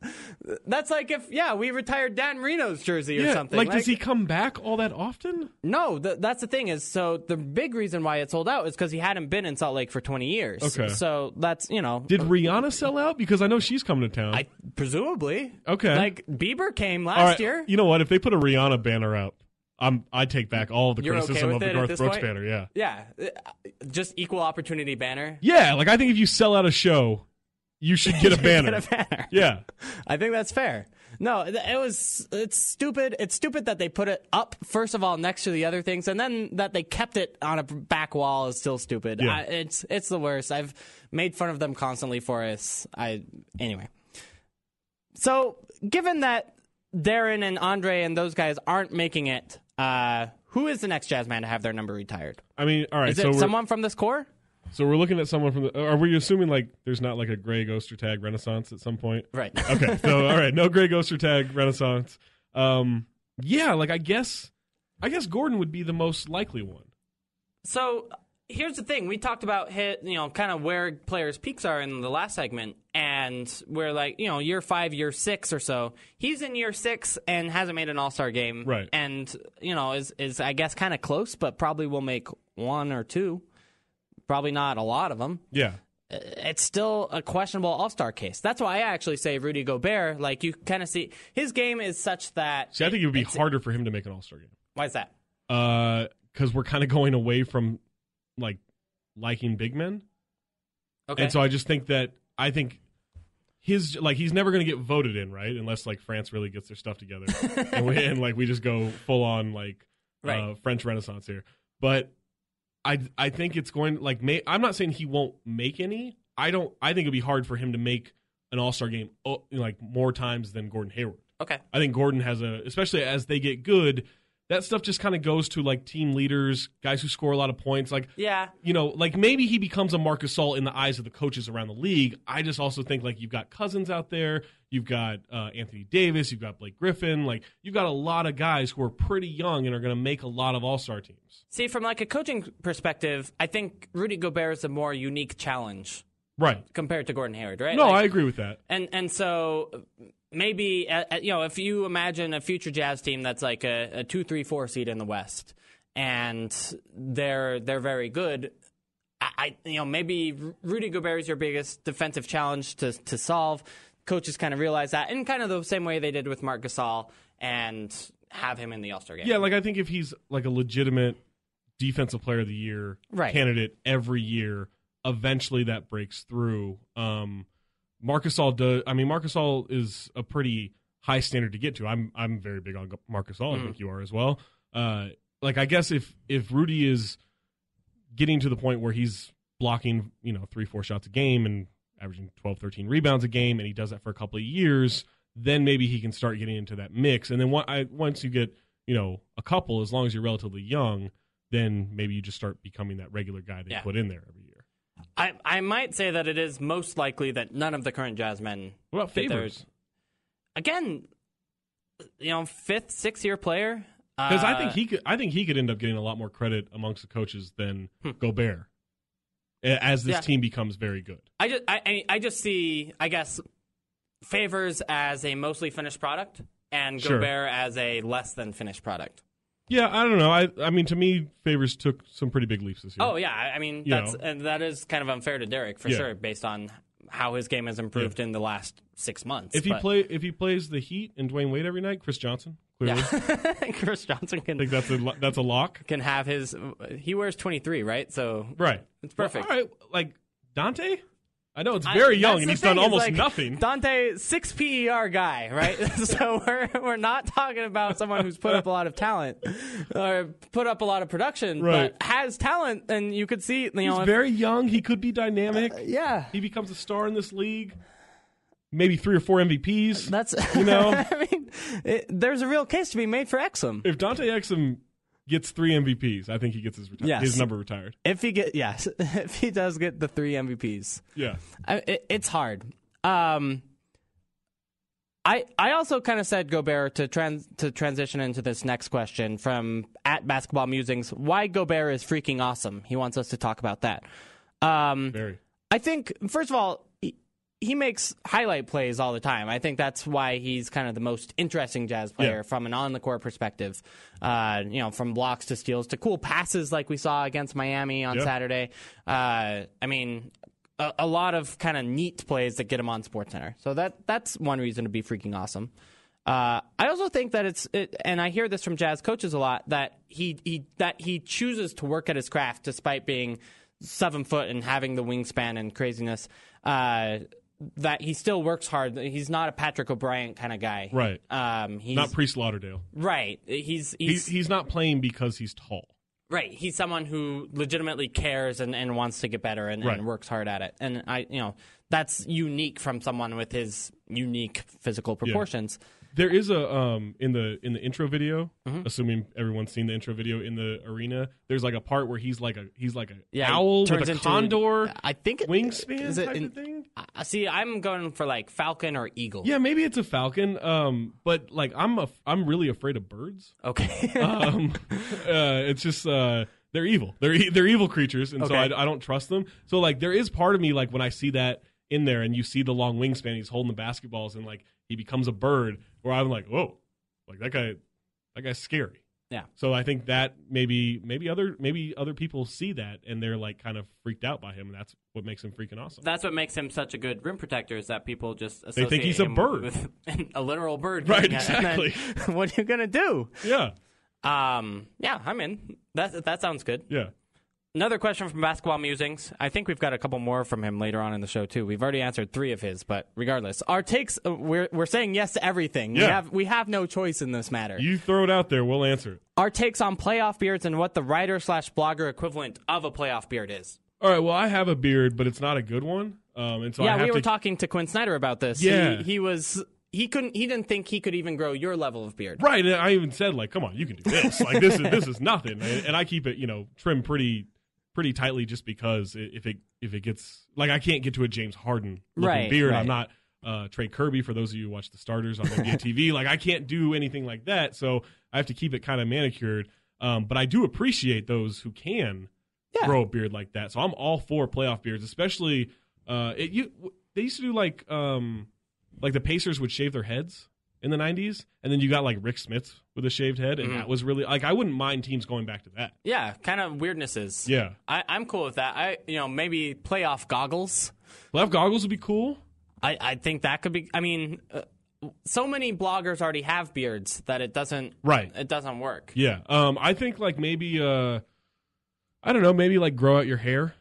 B: that's like if yeah, we retired Dan Reno's jersey or
C: Yeah,
B: something.
C: like, does he come back all that often?
B: No, th- that's the thing is so the big reason why it sold out is because he hadn't been in Salt Lake for 20 years.
C: Okay.
B: so that's you know.
C: Did Rihanna sell out? Because I know she's coming to town.
B: I presumably
C: Okay.
B: Like Bieber came last
C: all right,
B: year.
C: you know what? If they put a Rihanna banner out, I'm I take back all the
B: You're okay
C: criticism
B: with
C: of
B: it
C: the
B: at
C: Garth
B: this
C: Brooks
B: point?
C: banner. Yeah,
B: yeah, uh, just equal opportunity banner.
C: yeah. Like I think if you sell out a show, you should get a banner.
B: Get a banner.
C: Yeah,
B: I think that's fair. No, th- it was it's stupid. It's stupid that they put it up first of all next to the other things, and then that they kept it on a back wall is still stupid.
C: Yeah.
B: I, it's it's the worst. I've made fun of them constantly for us. I anyway. So given that Darren and Andre and those guys aren't making it, uh, who is the next jazz man to have their number retired?
C: I mean, all right.
B: Is
C: so
B: it
C: we're
B: someone from this core?
C: so we're looking at someone from the. Are we assuming like there's not like a Greg Ostertag Renaissance at some point?
B: Right.
C: Okay. So all right, no Greg Ostertag Renaissance. Um, yeah, like I guess I guess Gordon would be the most likely one.
B: So here's the thing: we talked about hit, you know, kind of where players' peaks are in the last segment, and we're like, you know, year five, year six or so. He's in year six and hasn't made an All Star game,
C: Right.
B: And you know, is is I guess kind of close, but probably will make one or two. Probably not a lot of them.
C: Yeah.
B: It's still a questionable All Star case. That's why I actually say Rudy Gobert. Like you kind of see his game is such that.
C: See, I think it would be harder for him to make an All Star game.
B: Why is that?
C: because uh, we're kind of going away from like liking big men,
B: Okay.
C: and so I just think that I think his like he's never going to get voted in, right? Unless like France really gets their stuff together, and, we, and like we just go full on like uh,
B: Right.
C: French Renaissance here. But I I think it's going like may, I'm not saying he won't make any. I don't. I think it'd be hard for him to make an All Star game oh, you know, like more times than Gordon Hayward.
B: okay.
C: I think Gordon has a, especially as they get good, that stuff just kind of goes to like team leaders, guys who score a lot of points. Like,
B: Yeah.
C: you know, like maybe he becomes a Marcus Gasol in the eyes of the coaches around the league. I just also think like you've got Cousins out there, you've got uh, Anthony Davis, you've got Blake Griffin, like you've got a lot of guys who are pretty young and are going to make a lot of All Star teams.
B: See, from like a coaching perspective, I think Rudy Gobert is a more unique challenge
C: Right.
B: compared to Gordon Hayward, right?
C: No,
B: Like,
C: I agree with that.
B: and and so maybe uh, uh, you know if you imagine a future Jazz team that's like a, a two, three, four seed in the West, and they're they're very good. I- I you know maybe Ru- Rudy Gobert is your biggest defensive challenge to to solve. Coaches kind of realize that in kind of the same way they did with Mark Gasol and have him in the All Star game.
C: Yeah, like I think if he's like a legitimate defensive player of the year
B: Right.
C: candidate every year, eventually that breaks through. Um Marcus All does I mean Marcus All is a pretty high standard to get to. I'm I'm very big on Marcus
B: Mm-hmm.
C: All, I think you are as well. Uh like I guess if if Rudy is getting to the point where he's blocking, you know, 3-4 shots a game and averaging 12 13 rebounds a game and he does that for a couple of years, then maybe he can start getting into that mix. And then one, I, once you get, you know, a couple, as long as you're relatively young, then maybe you just start becoming that regular guy they
B: Yeah.
C: put in there every year.
B: I I might say that it is most likely that none of the current Jazz men
C: What about
B: fit their-
C: favors?
B: again, you know, fifth, sixth year player.
C: Because I
B: Uh,
C: think he could, I think he could end up getting a lot more credit amongst the coaches than Gobert a- as
B: Hmm.
C: this
B: Yeah.
C: team becomes very good.
B: I just I- I, I just see I guess favors as a mostly finished product and
C: Sure.
B: Gobert as a less than finished product.
C: Yeah, I don't know. I, I mean, to me, favors took some pretty big leaps this year.
B: Oh yeah, I I mean
C: You
B: that's
C: know.
B: and that is kind of unfair to Derek for
C: Yeah.
B: sure, based on how his game has improved in the last six months.
C: if he
B: but-
C: play, if he plays the Heat and Dwayne Wade every night, Chris Johnson clearly.
B: yeah, Chris Johnson
C: I think
B: can
C: that's a lo- that's a lock.
B: can have his. He wears twenty three, right? So
C: Right.
B: It's perfect.
C: All right, like Dante? I know it's
B: I-
C: very young
B: that's
C: and
B: the
C: he's
B: thing,
C: done
B: is,
C: almost
B: like,
C: nothing.
B: Dante, six PER guy, right? so we're we're not talking about someone who's put up a lot of talent or put up a lot of production,
C: Right.
B: but has talent, and you could see, you know,
C: he's
B: if-
C: very young. He could be dynamic.
B: Uh, yeah,
C: He becomes a star in this league. Maybe three or four MVPs.
B: that's
C: you know,
B: I mean, it, there's a real case to be made for Exum
C: if Dante Exum gets three MVPs, I think he gets his reti-
B: Yes.
C: his number retired.
B: if he get yes, if he does get the three MVPs.
C: Yeah,
B: I, it, it's hard. Um, I I also kind of said Gobert to trans to transition into this next question from at basketball musings. Why Gobert is freaking awesome? He wants us to talk about that. Um,
C: very.
B: I think first of all. He, he makes highlight plays all the time. I think that's why he's kind of the most interesting jazz player
C: Yeah.
B: from an on the court perspective. Uh, you know, from blocks to steals to cool passes like we saw against Miami on
C: Yeah.
B: Saturday. Uh, I mean, a, a lot of kind of neat plays that get him on SportsCenter. So that that's one reason to be freaking awesome. Uh, I also think that it's, it, and I hear this from jazz coaches a lot that he, he that he chooses to work at his craft despite being seven foot and having the wingspan and craziness. Uh, that he still works hard. He's not a Patrick O'Brien kind of guy,
C: Right.
B: Um, he's
C: Not Priest Lauderdale.
B: right. He's he's
C: He's he's not playing because he's tall.
B: Right. He's someone who legitimately cares and, and wants to get better and,
C: Right.
B: and works hard at it. And I you know, that's unique from someone with his unique physical proportions.
C: There is a um in the in the intro video,
B: Mm-hmm.
C: assuming everyone's seen the intro video in the arena. There's like a part where he's like a he's like a
B: he
C: owl
B: turns
C: with a
B: into-
C: condor
B: I think it-
C: wingspan
B: is it
C: type
B: in- Ah.
C: of thing.
B: I- see, I'm going for like falcon or eagle.
C: Yeah, maybe it's a falcon. Um, but like I'm a I'm really afraid of birds.
B: Okay.
C: Um, uh, it's just uh, they're evil. They're e- they're evil creatures, and so
B: Okay.
C: I, I don't trust them. So like there is part of me like when I see that in there, and you see the long wingspan, he's holding the basketballs, and like he becomes a bird. Where I'm like, whoa, like that guy, that guy's scary.
B: Yeah.
C: So I think that maybe maybe other maybe other people see that and they're like kind of freaked out by him, and that's what makes him freaking awesome.
B: that's what makes him such a good rim protector is that people just
C: They
B: associate
C: think he's a
B: him
C: bird.
B: with a literal bird.
C: Right,
B: coming at him. And
C: exactly.
B: what are you gonna do?
C: yeah,
B: Um, yeah, I'm in. That that sounds good.
C: yeah.
B: Another question from Basketball Musings. I think we've got a couple more from him later on in the show too. We've already answered three of his, but regardless, our takes uh, we're we're saying yes to everything. We
C: Yeah.
B: have we have no choice in this matter.
C: You throw it out there, we'll answer it.
B: our takes on playoff beards and what the writer slash blogger equivalent of a playoff beard is.
C: All right. Well, I have a beard, but it's not a good one. Um, and so I
B: yeah,
C: have
B: we were
C: to
B: talking to Quinn Snyder about this.
C: Yeah.
B: he, he was he couldn't he didn't think he could even grow your level of beard.
C: Right, and I even said like, "Come on, you can do this. Like this is this is nothing." And, and I keep it, you know, trimmed pretty pretty tightly just because i- if it if it gets like I can't get to a James Harden looking
B: Right,
C: beard. I'm
B: right.
C: not uh, Trey Kirby for those of you who watch the starters on NBA TV. Like I can't do anything like that, so I have to keep it kind of manicured. Um, but I do appreciate those who can
B: Yeah.
C: grow a beard like that. So I'm all for playoff beards, especially uh, it. You they used to do like um like the Pacers would shave their heads in the 90s. And then you got like Rick Smith with a shaved head. And that was really like, I wouldn't mind teams going back to that.
B: Yeah, kind of weirdnesses.
C: Yeah.
B: I, I'm cool with that. I you know maybe playoff goggles.
C: Left goggles would be cool.
B: I, I think that could be. I mean, uh, so many bloggers already have beards that it doesn't
C: Right.
B: it doesn't work.
C: Yeah. Um, I think like maybe, uh, I don't know, maybe like grow out your hair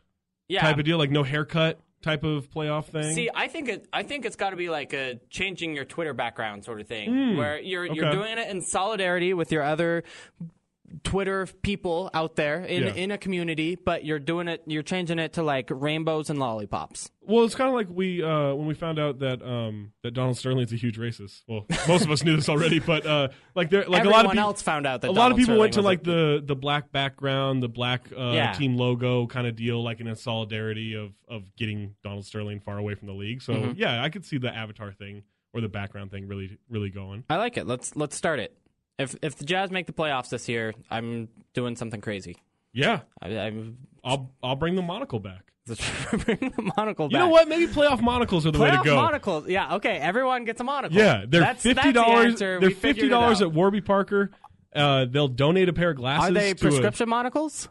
B: Yeah,
C: type of deal, like no haircut type of playoff thing.
B: See, I think it. I think it's got to be like a changing your Twitter background sort of thing, where you're you're
C: Hmm. okay.
B: doing it in solidarity with your other Twitter people out there in
C: Yeah.
B: in a community, but you're doing it. You're changing it to like rainbows and lollipops.
C: Well, it's kind of like we uh, when we found out that um, that Donald Sterling's a huge racist. Well, most of us knew this already, but uh, like there, like
B: Everyone
C: a lot of people,
B: else found out that
C: a lot of
B: Donald
C: people went to
B: Sterling
C: like the the black background, the black uh,
B: Yeah.
C: team logo kind of deal, like in a solidarity of of getting Donald Sterling far away from the league. So
B: Mm-hmm.
C: yeah, I could see the avatar thing or the background thing really really going.
B: I like it. Let's let's start it. If if the Jazz make the playoffs this year, I'm doing something crazy.
C: Yeah,
B: I, I'm
C: I'll I'll bring the monocle back.
B: bring the monocle back.
C: You know what? Maybe playoff monocles are the way to
B: Playoff
C: go.
B: monocles. Yeah. Okay. Everyone gets a monocle.
C: Yeah, they're
B: That's- that's the
C: fifty dollars.
B: answer.
C: They're
B: We figured
C: fifty
B: it
C: dollars
B: out.
C: at Warby Parker. Uh, they'll donate a pair of glasses.
B: Are they
C: to a-
B: prescription monocles?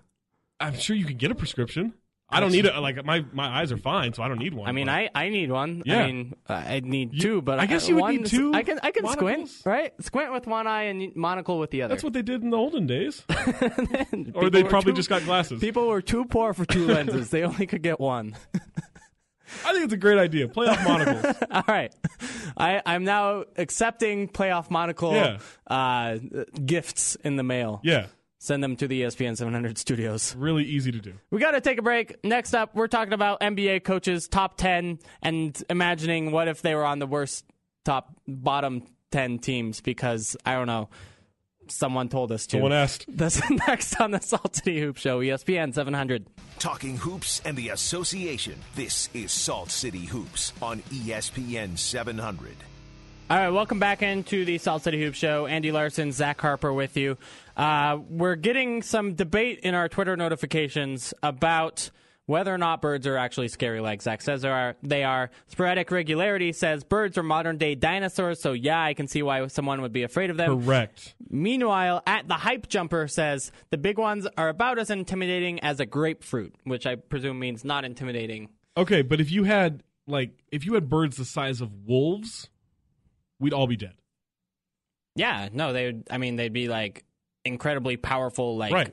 C: I'm sure you can get a prescription. I don't need a like my my eyes are fine, so I don't need one.
B: I mean,
C: but-
B: I, I need one.
C: Yeah.
B: I mean, I need
C: You-
B: two, but
C: I guess you would need
B: one's-
C: two
B: I can I can
C: monocles?
B: squint, right? Squint with one eye and monocle with the other.
C: that's what they did in the olden days, or
B: People
C: they
B: were
C: probably
B: too-
C: just got glasses.
B: People were too poor for two lenses. they only could get one.
C: I think it's a great idea. Playoff monocles.
B: All right, I I'm now accepting playoff monocle
C: Yeah.
B: uh, gifts in the mail.
C: yeah,
B: Send them to the E ESPN 700 studios.
C: really easy to do.
B: We got to take a break. Next up, we're talking about NBA coaches top 10 and imagining what if they were on the worst top bottom 10 teams because I don't know. Someone told us to.
C: Someone asked.
B: That's next on the Salt City Hoop Show, E ESPN 700.
A: Talking hoops and the association. This is Salt City Hoops on E ESPN 700.
B: All right, welcome back into the Salt City Hoop Show. Andy Larson, Zach Harper with you. Uh, we're getting some debate in our Twitter notifications about whether or not birds are actually scary like Zach says they are. They are. Sporadic Regularity says birds are modern day dinosaurs, so yeah, I can see why someone would be afraid of them.
C: Correct.
B: Meanwhile, at the Hype Jumper says the big ones are about as intimidating as a grapefruit, which I presume means not intimidating.
C: Okay, but if you had like if you had birds the size of wolves, we'd all be dead.
B: Yeah, no, they would. I mean, they'd be like incredibly powerful, like
C: Right.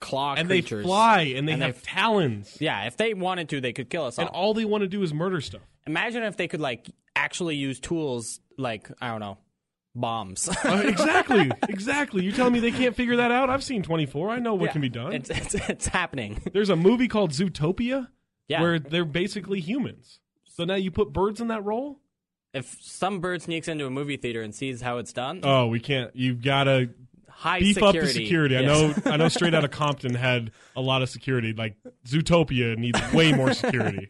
B: claw
C: And
B: creatures.
C: they fly and they
B: And they
C: have
B: f-
C: talons,
B: Yeah, if they wanted to, they could kill us all.
C: and all they want to do is murder stuff.
B: Imagine if they could like actually use tools, like I don't know, bombs.
C: Uh, exactly, exactly. You're telling me they can't figure that out? I've seen 24. I know what can be done.
B: It's it's, it's happening.
C: There's a movie called Zootopia
B: Yeah.
C: where they're basically humans. So now you put birds in that role?
B: If some bird sneaks into a movie theater and sees how it's done,
C: Oh, we can't. You've got to
B: high
C: beef
B: security.
C: up the security. I
B: Yes.
C: know. I know. Straight out of Compton had a lot of security. Like Zootopia needs way more security.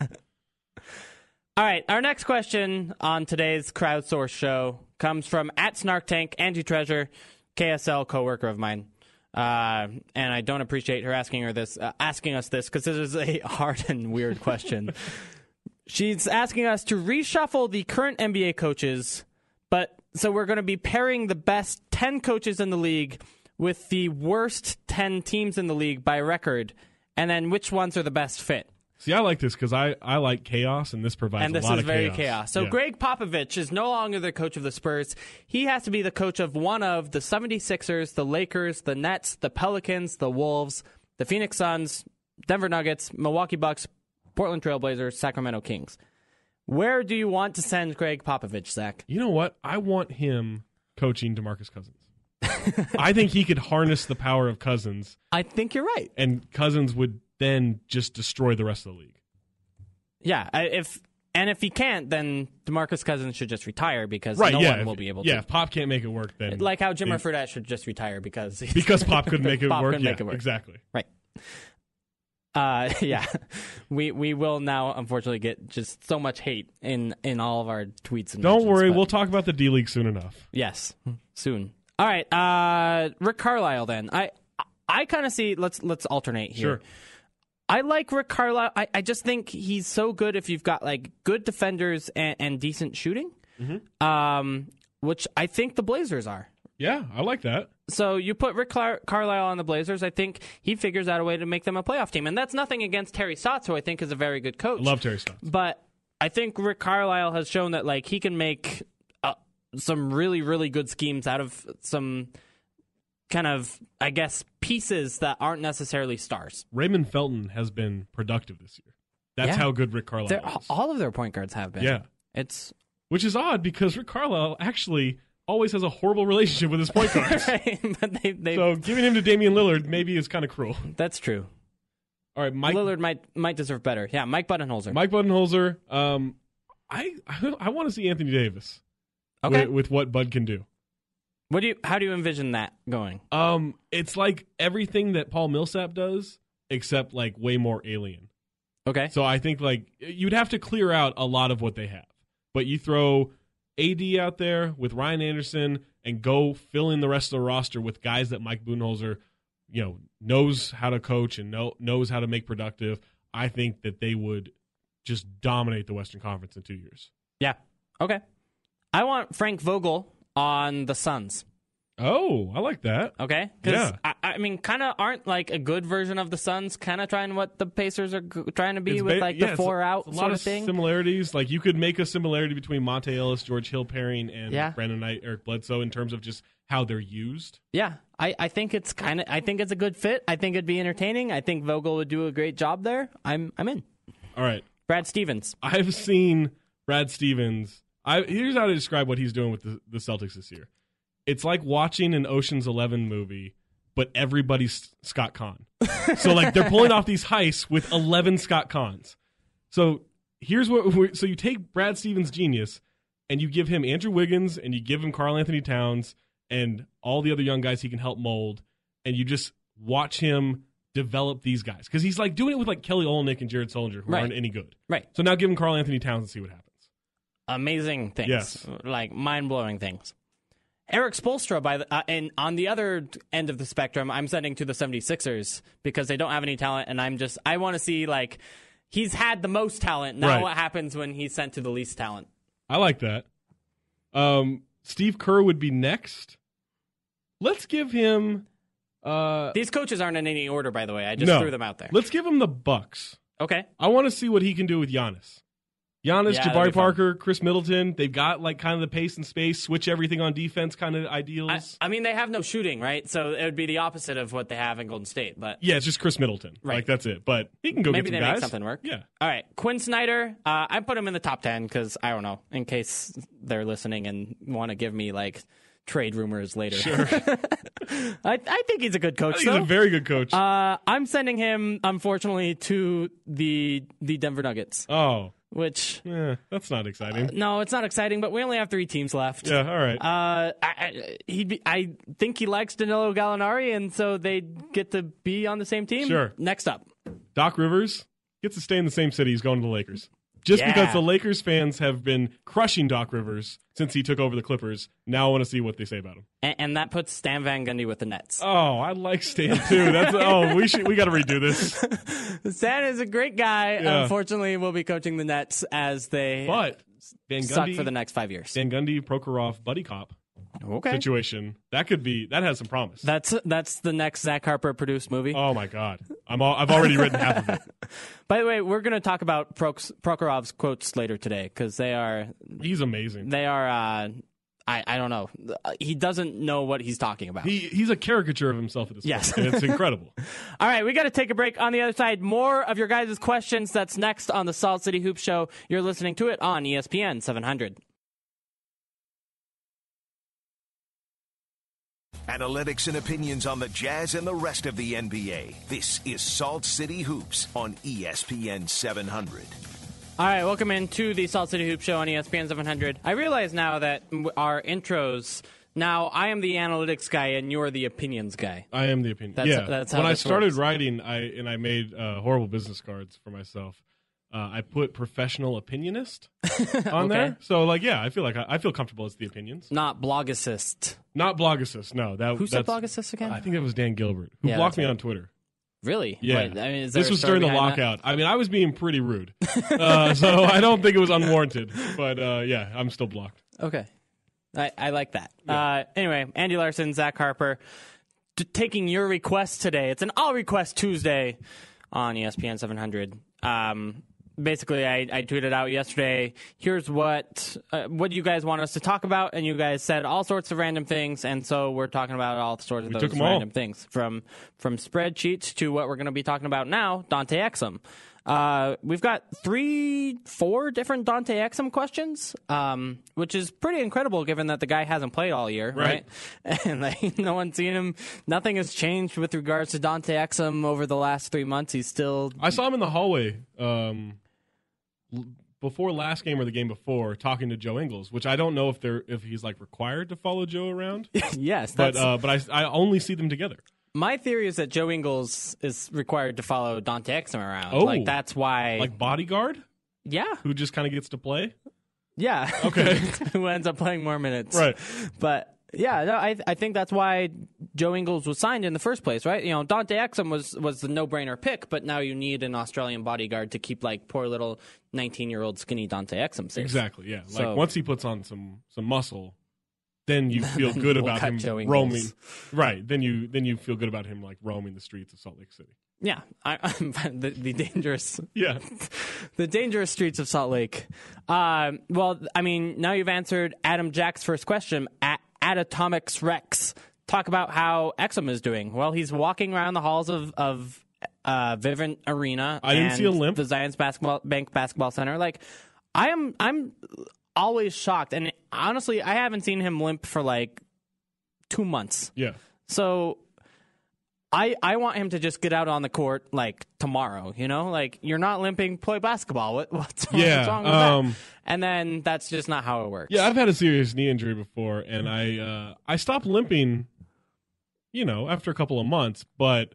B: All right, our next question on today's crowdsource show comes from at Snark Tank Angie Treasure, KSL coworker of mine, uh, and I don't appreciate her asking her this, uh, asking us this because this is a hard and weird question. She's asking us to reshuffle the current NBA coaches, but so we're going to be pairing the best ten coaches in the league with the worst ten teams in the league by record, and then which ones are the best fit
C: See, I like this because I, I like chaos, and this provides
B: and
C: a
B: this
C: lot
B: is
C: of
B: very
C: chaos.
B: chaos. So
C: Yeah.
B: Greg Popovich is no longer the coach of the Spurs. He has to be the coach of one of the 76ers, the Lakers, the Nets, the Pelicans, the Wolves, the Phoenix Suns, Denver Nuggets, Milwaukee Bucks, Portland Trailblazers, Sacramento Kings. Where do you want to send Greg Popovich, Zach?
C: You know what? I want him coaching DeMarcus Cousins. I think he could harness the power of Cousins,
B: I think you're right.
C: and Cousins would then just destroy the rest of the league.
B: Yeah, I- if and if he can't, then DeMarcus Cousins should just retire because
C: Right,
B: no
C: yeah.
B: one
C: if-
B: will be able
C: yeah,
B: to.
C: if Pop can't make it work, then
B: Like how Jimmer
C: it-
B: Fredette should just retire because he's
C: because Pop couldn't make it
B: Pop
C: work.
B: couldn't
C: yeah,
B: make it work.
C: exactly.
B: Right. Uh, yeah, we we will now unfortunately get just so much hate in in all of our tweets. And
C: Don't
B: mentions,
C: worry,
B: but-
C: we'll talk about the D League soon enough.
B: yes soon. All right, uh, Rick Carlisle. Then I I kind of see. Let's let's alternate here.
C: Sure.
B: I like Rick Carlisle. I, I just think he's
C: Mm-hmm.
B: so good if you've got like good defenders and, and decent shooting. Um, which I think the Blazers are.
C: Yeah, I like that.
B: So you put Rick Car- Carlisle on the Blazers. I think he figures out a way to make them a playoff team, and that's nothing against Terry Stotts, who I think is a very good coach.
C: I love Terry Stotts.
B: but I think Rick Carlisle has shown that like he can make uh, some really really good schemes out of some kind of I guess pieces that aren't necessarily stars.
C: Raymond Felton has been productive this year. That's
B: Yeah.
C: how good Rick Carlisle
B: They're,
C: is.
B: all of their point guards have been.
C: Yeah.
B: it's
C: Which is odd because Rick Carlisle actually always has a horrible relationship with his point guards.
B: but they, they
C: so giving him to Damian Lillard maybe is kind of cruel.
B: that's true.
C: All right, Mike
B: Lillard might might deserve better. Yeah, Mike Buttonholzer.
C: Mike Budenholzer. Um, I I, I want to see Anthony Davis
B: okay,
C: with, with what Bud can do.
B: what do you? How do you envision that going?
C: Um, it's like everything that Paul Millsap does, except like way more alien.
B: Okay,
C: So I think like you'd have to clear out a lot of what they have, but you throw AD out there with Ryan Anderson and go fill in the rest of the roster with guys that Mike Budenholzer, you know, knows how to coach and know, knows how to make productive. I think that they would just dominate the Western Conference in two years.
B: yeah, okay. I want Frank Vogel on the Suns.
C: Oh, I like that.
B: Okay, 'Cause
C: Yeah.
B: I, I mean, kind of aren't like a good version of the Suns. Kind of trying what the Pacers are g- trying to be
C: It's
B: with
C: ba-
B: like
C: yeah,
B: the
C: it's a-
B: four out
C: it's a lot
B: sort of thing.
C: similarities. Like you could make a similarity between Monte Ellis, George Hill pairing, and
B: Yeah.
C: Brandon Knight, Eric Bledsoe in terms of just how they're used.
B: yeah, I, I think it's kind of I think it's a good fit. I think it'd be entertaining. I think Vogel would do a great job there. I'm I'm in.
C: All right,
B: Brad Stevens.
C: I've seen Brad Stevens. I here's how to describe what he's doing with the, the Celtics this year. It's like watching an Ocean's Eleven movie, but everybody's Scott Kahn. so like they're pulling off these heists with eleven Scott Kahns. So here's what. we so you take Brad Stevens' genius, and you give him Andrew Wiggins, and you give him Carl Anthony Towns, and all the other young guys he can help mold, and you just watch him develop these guys because he's like doing it with like Kelly Olynyk and Jared Solinger, who
B: Right.
C: aren't any good.
B: Right.
C: So now give him Carl Anthony Towns and see what happens.
B: amazing things,
C: Yes.
B: like mind blowing things. Eric Spolstra, by the, uh, and on the other end of the spectrum, I'm sending to the 76ers because they don't have any talent, and I'm just I want to see like he's had the most talent. Now
C: Right.
B: what happens when he's sent to the least talent?
C: I like that. Um, Steve Kerr would be next. Let's give him. Uh,
B: These coaches aren't in any order, by the way. I just
C: no.
B: threw them out there.
C: Let's give him the Bucks.
B: Okay,
C: I want to see what he can do with Giannis. Giannis,
B: Yeah, that'd be
C: Jabari
B: fun.
C: Parker, Chris Middleton. They've got like kind of the pace and space, switch everything on defense kind of
B: I,
C: ideals.
B: I mean they have no shooting, right? So it would be the opposite of what they have in Golden State. But
C: yeah, it's just Chris Middleton.
B: Right.
C: Like that's it. But he can go
B: Maybe
C: get some
B: they make
C: guys.
B: something work.
C: Yeah.
B: All right, Quinn Snyder. Uh, I put him in the top ten because I don't know, in case they're listening and want to give me like trade rumors later. Sure. I, I think he's a good
C: I
B: coach.
C: think he's a
B: Though.
C: very good coach.
B: uh, I'm sending him, unfortunately, to the the Denver Nuggets,
C: oh,
B: which
C: eh, that's not exciting.
B: no, it's not exciting, but we only have three teams left.
C: yeah, all right.
B: Uh, I, I, he'd be, I think he likes Danilo Gallinari, and so they get to be on the same team.
C: Sure.
B: Next up,
C: Doc Rivers gets to stay in the same city. He's going to the Lakers. Just
B: Yeah.
C: because the Lakers fans have been crushing Doc Rivers since he took over the Clippers, now I want to see what they say about him.
B: and, and that puts Stan Van Gundy with the Nets.
C: Oh, I like Stan too. That's oh, we should we got to redo this.
B: Stan is a great guy.
C: Yeah.
B: Unfortunately, will be coaching the Nets as they
C: But Van
B: suck
C: Gundy,
B: for the next five years.
C: Van Gundy, Prokhorov, buddy cop
B: Okay,
C: situation that could be that has some promise.
B: that's that's the next Zach Harper produced movie.
C: oh my God, I'm all, I've already written half of it.
B: By the way, we're going to talk about Prox- Prokhorov's quotes later today because they are
C: He's amazing.
B: they are uh, I I don't know. He doesn't know what he's talking about.
C: He he's a caricature of himself at this
B: Yes.
C: point, and it's incredible.
B: All right, we got to take a break. On the other side, more of your guys' questions. That's next on the Salt City Hoop Show. You're listening to it on E ESPN 700.
A: Analytics and opinions on the Jazz and the rest of the NBA. This is Salt City Hoops on E ESPN 700.
B: All right, welcome into the Salt City Hoop Show on E ESPN 700. I realize now that w- our intros. Now I am the analytics guy and you're the opinions guy.
C: I am the opinion.
B: That's-
C: yeah,
B: that's how
C: when I
B: this
C: started
B: works.
C: writing, I and I made uh, horrible business cards for myself. Uh, I put professional opinionist on there, so like, yeah, I feel like I, I feel comfortable as the opinions,
B: Not blogicist.
C: not blogicist. No, that
B: Who said
C: that's-
B: blogicist again?
C: I think it was Dan Gilbert who
B: Yeah,
C: blocked
B: that's
C: me
B: right.
C: on Twitter.
B: really?
C: Yeah,
B: What- I mean, is there
C: this
B: a
C: was
B: story
C: during the
B: behind that?
C: lockout. I mean, I was being pretty rude, uh, so I don't think it was unwarranted. But uh, yeah, I'm still blocked.
B: Okay. I, I like that. Uh, anyway, Andy Larson, Zach Harper, t- taking your requests today. It's an All Request Tuesday on E ESPN 700. Um, basically, I, I tweeted out yesterday. Here's what uh, what you guys want us to talk about, and you guys said all sorts of random things, and so we're talking about all sorts of
C: took
B: those
C: 'em all.
B: random things from from spreadsheets to what we're going to be talking about now, Dante Exum. Uh, we've got three, four different Dante Exum questions, um, which is pretty incredible given that the guy hasn't played all year,
C: Right.
B: right? And like, no one's seen him. Nothing has changed with regards to Dante Exum over the last three months. He's still
C: I saw him in the hallway um, l- before last game or the game before, talking to Joe Ingles, which I don't know if they're if he's like required to follow Joe around,
B: yes.
C: but
B: That's
C: uh, but I, I only see them together.
B: my theory is that Joe Ingles is required to follow Dante Exum around.
C: Oh.
B: like that's why.
C: Like bodyguard,
B: yeah,
C: who just kind of gets to play.
B: yeah.
C: Okay.
B: Who ends up playing more minutes?
C: Right.
B: But yeah, no, I I think that's why Joe Ingles was signed in the first place, right? You know, Dante Exum was was the no brainer pick, but now you need an Australian bodyguard to keep like poor little nineteen year old skinny Dante Exum safe.
C: Exactly. Yeah. Like
B: So-
C: once he puts on some some muscle, then you feel good
B: we'll
C: about
B: cut
C: him
B: Joe Ingles.
C: roaming. Right. Then you then you feel good about him like roaming the streets of Salt Lake City.
B: Yeah, I, I'm the, the dangerous
C: Yeah.
B: the dangerous streets of Salt Lake. Um, well, I mean, now you've answered Adam Jack's first question at, at Atomics Rex. Talk about how Exum is doing. Well, he's walking around the halls of, of uh, Vivint Arena.
C: I didn't
B: and
C: see a limp.
B: The Zions Basketball Bank Basketball Center. Like, I am, I'm always shocked, and honestly, I haven't seen him limp for like two months.
C: Yeah.
B: So I I want him to just get out on the court like tomorrow, you know? Like you're not limping, play basketball. What what's,
C: Yeah,
B: what's wrong with
C: um,
B: that? And then that's just not how it works.
C: Yeah, I've had a serious knee injury before, and I uh, I stopped limping, you know, after a couple of months, but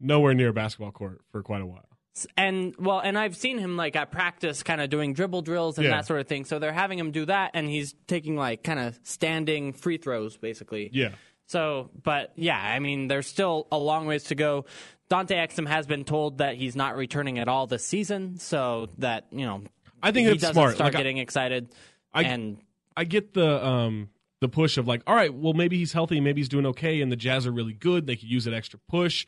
C: nowhere near a basketball court for quite a while.
B: And well, and I've seen him like at practice kind of doing dribble drills and
C: Yeah.
B: that sort of thing. So they're having him do that and he's taking like kind of standing free throws basically.
C: Yeah,
B: So, but yeah, I mean, there's still a long ways to go. Dante Exum has been told that he's not returning at all this season, so that you know,
C: I think
B: he
C: it's
B: doesn't
C: smart.
B: Start
C: Like, I-
B: getting excited,
C: I-
B: and
C: I get the um the push of like, all right, well maybe he's healthy, maybe he's doing okay, and the Jazz are really good. They could use that extra push.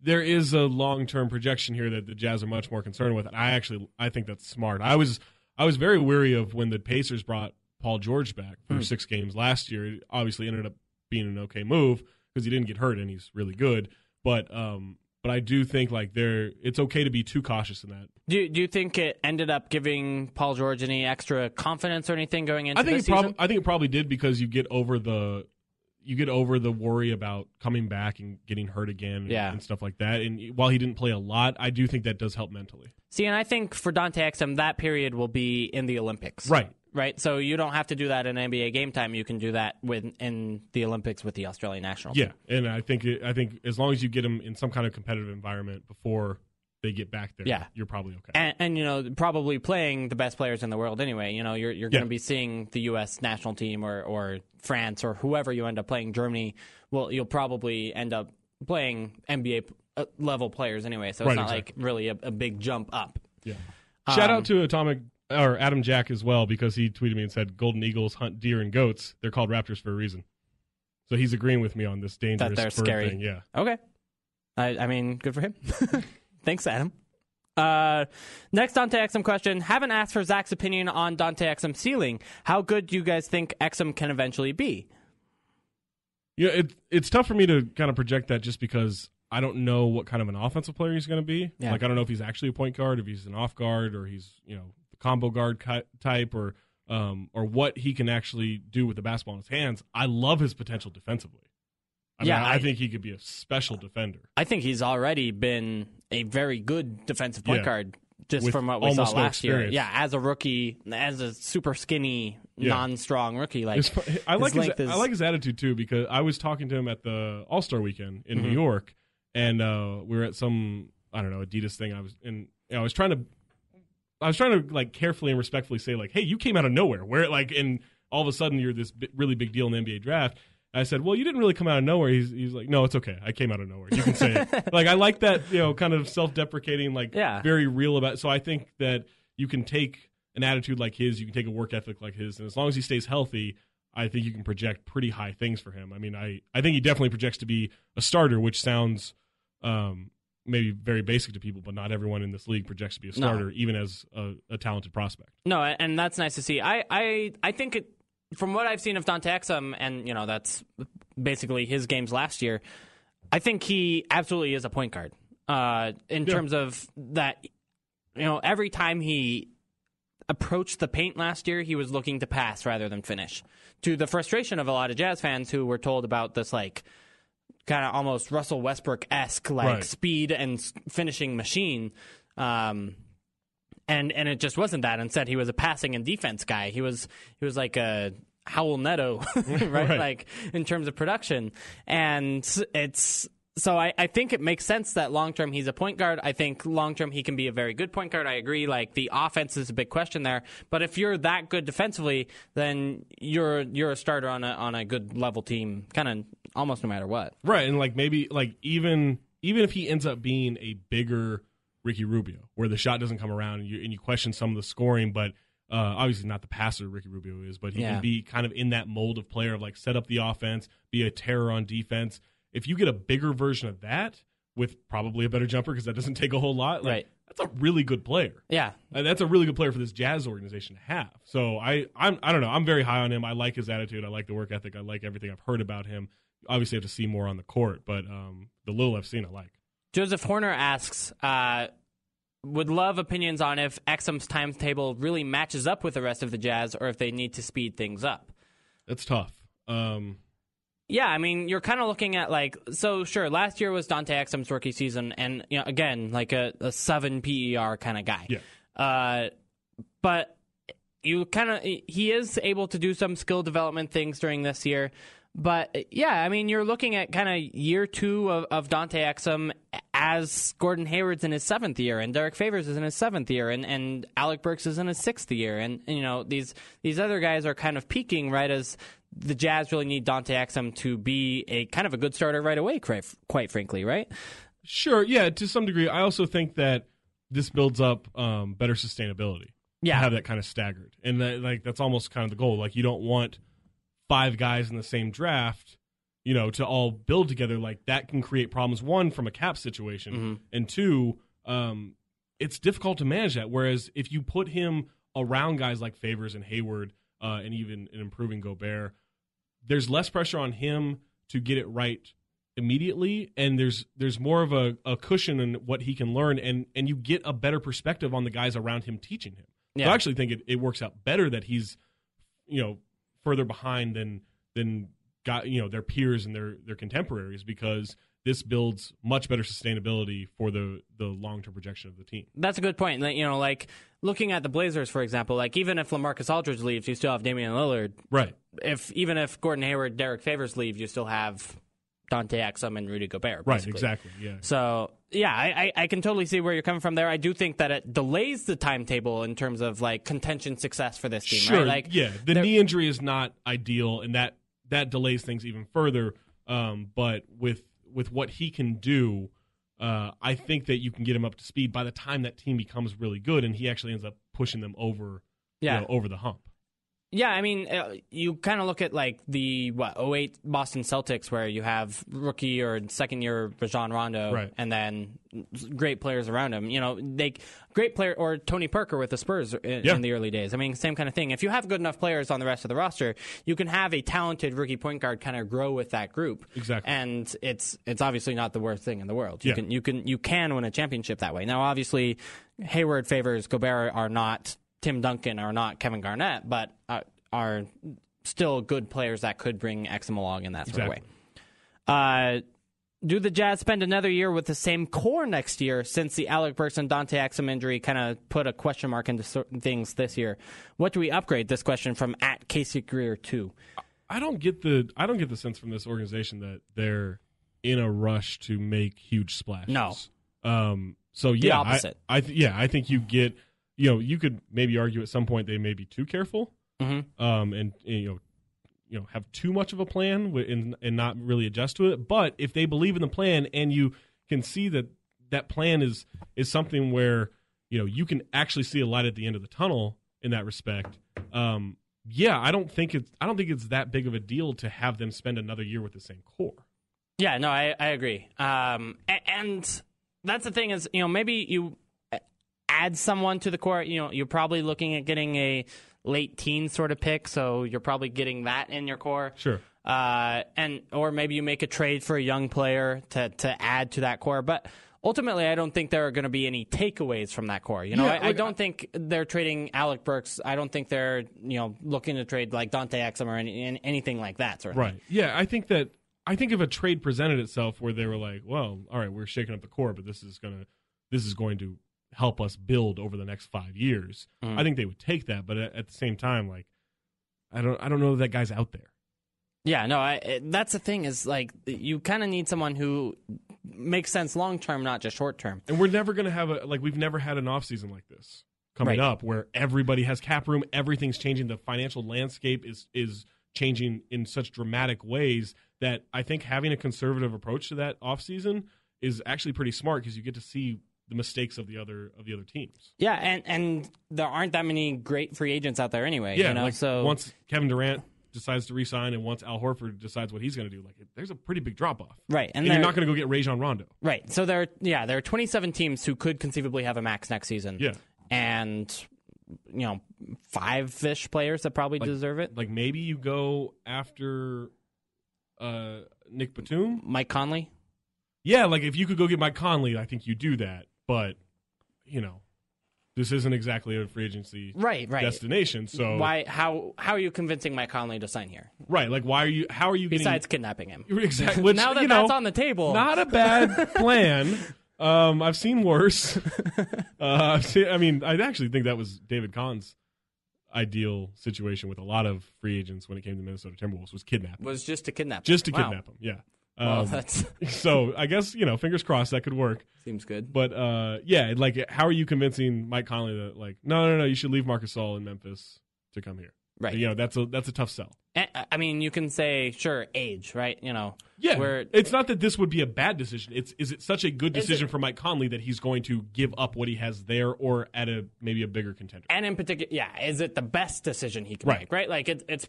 C: There is a long term projection here that the Jazz are much more concerned with. And I actually I think that's smart. I was I was very weary of when the Pacers brought Paul George back for six games last year. It obviously ended up being an okay move because he didn't get hurt and he's really good. But um but I do think like there it's okay to be too cautious in that.
B: do do you think it ended up giving Paul George any extra confidence or anything going into
C: I think
B: this
C: it probably
B: season?
C: I think it probably did because you get over the you get over the worry about coming back and getting hurt again and,
B: Yeah.
C: and stuff like that. And while he didn't play a lot, I do think that does help mentally.
B: See, and I think for Dante Exum, that period will be in the Olympics,
C: Right.
B: Right, so you don't have to do that in NBA game time. You can do that with in the Olympics with the Australian national.
C: Yeah. And I think it, I think as long as you get him in some kind of competitive environment before they get back there,
B: Yeah.
C: you're probably okay.
B: and, and you know probably playing the best players in the world anyway. You know you're you're
C: Yeah.
B: going to be seeing the U.S. national team or or France or whoever you end up playing Germany. Well, you'll probably end up playing NBA p- uh, level players anyway. So it's
C: Right,
B: not
C: exactly.
B: like really a, a big jump up.
C: yeah. Shout
B: Um,
C: out to Atomic or Adam Jack as well because he tweeted me and said golden eagles hunt deer and goats. They're called raptors for a reason. So he's agreeing with me on this dangerous
B: they're
C: bird
B: scary.
C: thing. Yeah.
B: Okay, I I mean good for him. Thanks, Adam. Uh, next Dante Exum question. Haven't asked for Zach's opinion on Dante Exum ceiling. How good do you guys think Exum can eventually be?
C: Yeah, it, it's tough for me to kind of project that just because I don't know what kind of an offensive player he's going to be.
B: Yeah.
C: Like, I don't know if he's actually a point guard, if he's an off guard, or he's you know the combo guard ki- type, or um, or what he can actually do with the basketball in his hands. I love his potential defensively. I
B: Yeah,
C: mean, I,
B: I-
C: think he could be a special defender.
B: I think he's already been a very good defensive point
C: Yeah.
B: guard just
C: With
B: from what we saw
C: almost no
B: last year.
C: experience.
B: Yeah, as a rookie, as a super skinny,
C: Yeah.
B: non-strong rookie, like
C: His- I like his,
B: length is-
C: I like his attitude too because I was talking to him at the All Star Weekend
B: Mm-hmm.
C: in New York, and uh, we were at some I don't know Adidas thing. I was and you know, I was trying to I was trying to like carefully and respectfully say like, hey, you came out of nowhere. Where like and all of a sudden you're this bi- really big deal in the NBA draft. And I said, well, you didn't really come out of nowhere. He's, he's like, no, it's okay. I came out of nowhere. You can say it. Like I like that you know kind of self deprecating like
B: Yeah.
C: very real about. So I think that you can take an attitude like his, you can take a work ethic like his, and as long as he stays healthy, I think you can project pretty high things for him. I mean, I, I think he definitely projects to be a starter, which sounds um, maybe very basic to people, but not everyone in this league projects to be a
B: No.
C: starter, even as a, a talented prospect.
B: No, a- and that's nice to see. I, I, I think it, from what I've seen of Dante Exum, and you know that's basically his games last year. I think he absolutely is a point guard uh, in terms of that. You know, every time he approached the paint last year, he was looking to pass rather than finish. To the frustration of a lot of Jazz fans who were told about this, like kind of almost Russell Westbrook esque, like
C: Right.
B: speed and s- finishing machine. Um, and and it just wasn't that. Instead, he was a passing and defense guy. He was he was like a Howell Neto, right? Like in terms of production, and it's so I, I think it makes sense that long term he's a point guard. I think long term he can be a very good point guard. I agree. Like the offense is a big question there, but if you're that good defensively, then you're you're a starter on a on a good level team, kind of almost no matter what.
C: Right, and like maybe like even even if he ends up being a bigger Ricky Rubio, where the shot doesn't come around and you and you question some of the scoring, but uh, obviously not the passer Ricky Rubio is, but he
B: Yeah.
C: can be kind of in that mold of player of like set up the offense, be a terror on defense. If you get a bigger version of that with probably a better jumper because that doesn't take a whole lot, like,
B: Right.
C: That's a really good player.
B: Yeah,
C: Uh, that's a really good player for this Jazz organization to have. So I, I'm, I don't know. I'm very high on him. I like his attitude. I like the work ethic. I like everything I've heard about him. Obviously, I have to see more on the court, but um, the little I've seen, I like.
B: Joseph Horner asks, uh, would love opinions on if Exum's timetable really matches up with the rest of the Jazz or if they need to speed things up.
C: That's tough. Um,
B: Yeah, I mean, you're kind of looking at like, so sure, last year was Dante Exum's rookie season, and, you know, again, like a, a 7 PER kind of guy.
C: yeah,
B: Uh, but you kind of he is able to do some skill development things during this year. But yeah, I mean, you're looking at kind of year two of, of Dante Exum as Gordon Hayward's in his seventh year, and Derek Favors is in his seventh year, and, and Alec Burks is in his sixth year, and you know these these other guys are kind of peaking right as the Jazz really need Dante Exum to be a kind of a good starter right away, quite quite frankly, right?
C: sure, yeah, to some degree. I also think that this builds up um, better sustainability.
B: Yeah.
C: to have that kind of staggered, and that, like that's almost kind of the goal. Like you don't want five guys in the same draft, you know, to all build together, like that can create problems. One from a cap situation, and two, um, it's difficult to manage that. Whereas if you put him around guys like Favors and Hayward, uh, and even an improving Gobert, there's less pressure on him to get it right immediately, and there's there's more of a, a cushion in what he can learn, and and you get a better perspective on the guys around him teaching him. So
B: Yeah.
C: I actually think it, it works out better that he's you know further behind than than got you know their peers and their their contemporaries because this builds much better sustainability for the the long term projection of the team.
B: That's a good point. Like, You know, like looking at the Blazers, for example, like even if Lamarcus Aldridge leaves, you still have Damian Lillard.
C: Right.
B: If even if Gordon Hayward, Derek Favors leave, you still have Dante Exum and Rudy Gobert.
C: Right.
B: basically.
C: Exactly. Yeah.
B: So yeah, I, I, I can totally see where you're coming from there. I do think that it delays the timetable in terms of like contention success for this team.
C: Sure.
B: Right? Like
C: yeah, the
B: they're-
C: knee injury is not ideal, and that that delays things even further. Um, but with with what he can do, uh, I think that you can get him up to speed by the time that team becomes really good, and he actually ends up pushing them over, you
B: Yeah.
C: know, over the hump.
B: Yeah, I mean, uh, you kind of look at like the what 08 Boston Celtics where you have rookie or second year Rajon Rondo
C: Right.
B: and then great players around him. You know, they great player or Tony Parker with the Spurs in,
C: Yeah.
B: in the early days. I mean, same kind of thing. If you have good enough players on the rest of the roster, you can have a talented rookie point guard kind of grow with that group.
C: Exactly.
B: And it's it's obviously not the worst thing in the world. You
C: Yeah.
B: can you can you can win a championship that way. Now, obviously, Hayward favors Gobert are not Tim Duncan are not Kevin Garnett, but uh, are still good players that could bring Exum along in that sort
C: Exactly.
B: of way. Uh, do the Jazz spend another year with the same core next year since the Alec Burks and Dante Exum injury kind of put a question mark into certain things this year? What do we upgrade? This question from at Casey Greer 2.
C: I don't get the I don't get the sense from this organization that they're in a rush to make huge splashes.
B: No.
C: Um. So yeah, I-
B: opposite.
C: I, th- yeah I think you get you know you could maybe argue at some point they may be too careful, mm-hmm. um, and, and, you know you know have too much of a plan wi- and and not really adjust to it. But if they believe in the plan and you can see that that plan is is something where you know you can actually see a light at the end of the tunnel in that respect. Um, yeah, I don't think it's I don't think it's that big of a deal to have them spend another year with the same core.
B: Yeah, no, I, I agree. Um, a- and that's the thing is, you know, maybe you uh, add someone to the core. You know, you're probably looking at getting a late teen sort of pick, so you're probably getting that in your core.
C: Sure.
B: Uh, and or maybe you make a trade for a young player to to add to that core, but. Ultimately, I don't think there are going to be any takeaways from that core. You know,
C: Yeah,
B: I, I
C: like,
B: don't think they're trading Alec Burks. I don't think they're you know looking to trade like Dante Exum or any, any- anything like that. Sort of thing.
C: Right. Yeah, I think that I think if a trade presented itself where they were like, well, all right, we're shaking up the core, but this is gonna this is going to help us build over the next five years. I think they would take that, but at, at the same time, like, I don't I don't know that guy's out there.
B: Yeah, no, I, it- that's the thing is like you kind of need someone who makes sense long term, not just short term.
C: And we're never going to have a like we've never had an offseason like this coming
B: Right.
C: up where everybody has cap room, everything's changing, the financial landscape is is changing in such dramatic ways that I think having a conservative approach to that offseason is actually pretty smart because you get to see the mistakes of the other of the other teams.
B: Yeah, and and there aren't that many great free agents out there anyway.
C: Yeah,
B: you know,
C: like
B: so
C: once Kevin Durant decides to resign and once Al Horford decides what he's going to do, like there's a pretty big drop off.
B: right, and,
C: And you're
B: there-
C: not going to go get Rajon Rondo.
B: right. So there, are, yeah, there are 27 teams who could conceivably have a max next season.
C: Yeah.
B: and you know, five fish players that probably deserve it.
C: Like maybe you go after uh, Nick Batum.
B: Mike Conley.
C: Yeah, like if you could go get Mike Conley, I think you do that. But you know, this isn't exactly a free agency
B: Right, right.
C: destination. So
B: Why? How? How are you convincing Mike Conley to sign here?
C: right, like why are you? How are you getting?
B: Besides kidnapping him.
C: exactly. Which,
B: Now that
C: you know,
B: that's on the table,
C: not a bad plan. Um, I've seen worse. uh, I've seen, I mean, I actually think that was David Kahn's ideal situation with a lot of free agents when it came to Minnesota Timberwolves was kidnap,
B: was just to kidnap. him.
C: just to
B: Wow.
C: kidnap them. Yeah.
B: Well,
C: Um,
B: that's
C: so I guess you know, fingers crossed that could work.
B: seems good.
C: But uh, yeah, like, how are you convincing Mike Conley that like, no, no, no, you should leave Marcus All in Memphis to come here?
B: Right.
C: You know, that's a that's a tough sell.
B: And, uh, I I mean, you can say sure, age, right? You know,
C: Yeah,
B: Where
C: it's not that this would be a bad decision. It's is it such a good
B: Is
C: decision
B: it-
C: for Mike Conley that he's going to give up what he has there or at a maybe a bigger contender?
B: and in particular, yeah, is it the best decision he can
C: Right.
B: make? Right? Like it, it's,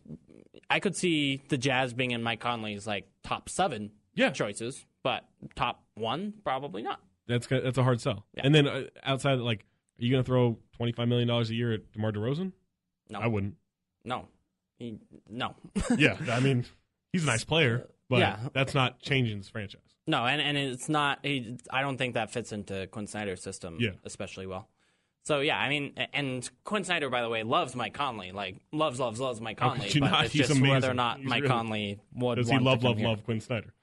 B: I could see the Jazz being in Mike Conley's like top seven
C: Yeah.
B: choices, but top one probably not.
C: That's ki- that's a hard sell. And then uh, outside, of, like, are you going to throw twenty five million dollars a year at Demar Derozan?
B: No.
C: I wouldn't.
B: No, he, no,
C: yeah, I mean, he's a nice player, but
B: Yeah.
C: that's not changing this franchise.
B: no, and and it's not. He, I don't think that fits into Quinn Snyder's system
C: Yeah.
B: especially well. So yeah, I mean, a- and Quinn Snyder, by the way, loves Mike Conley, like loves, loves, loves Mike
C: How could
B: Conley.
C: Oh, you
B: But
C: not?
B: it's
C: He's
B: just whether or
C: amazing.
B: not
C: He's
B: Mike
C: really-
B: Conley would
C: Does he
B: want to
C: love
B: come
C: love
B: here.
C: love Quinn Snyder?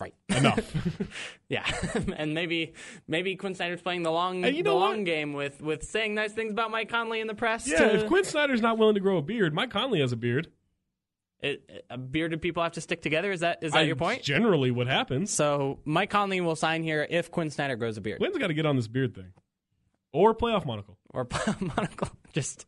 B: Right.
C: Enough.
B: Yeah, and maybe maybe Quinn Snyder's playing the long
C: And you know
B: the
C: what?
B: long game with with saying nice things about Mike Conley in the press.
C: Yeah,
B: to-
C: if Quinn Snyder's not willing to grow a beard, Mike Conley has a beard.
B: It- uh, bearded people have to stick together. Is that is that
C: I-
B: your point?
C: Generally, what happens?
B: So Mike Conley will sign here if Quinn Snyder grows a beard
C: Quinn's got to get on this beard thing, or playoff monocle.
B: or monocle. Just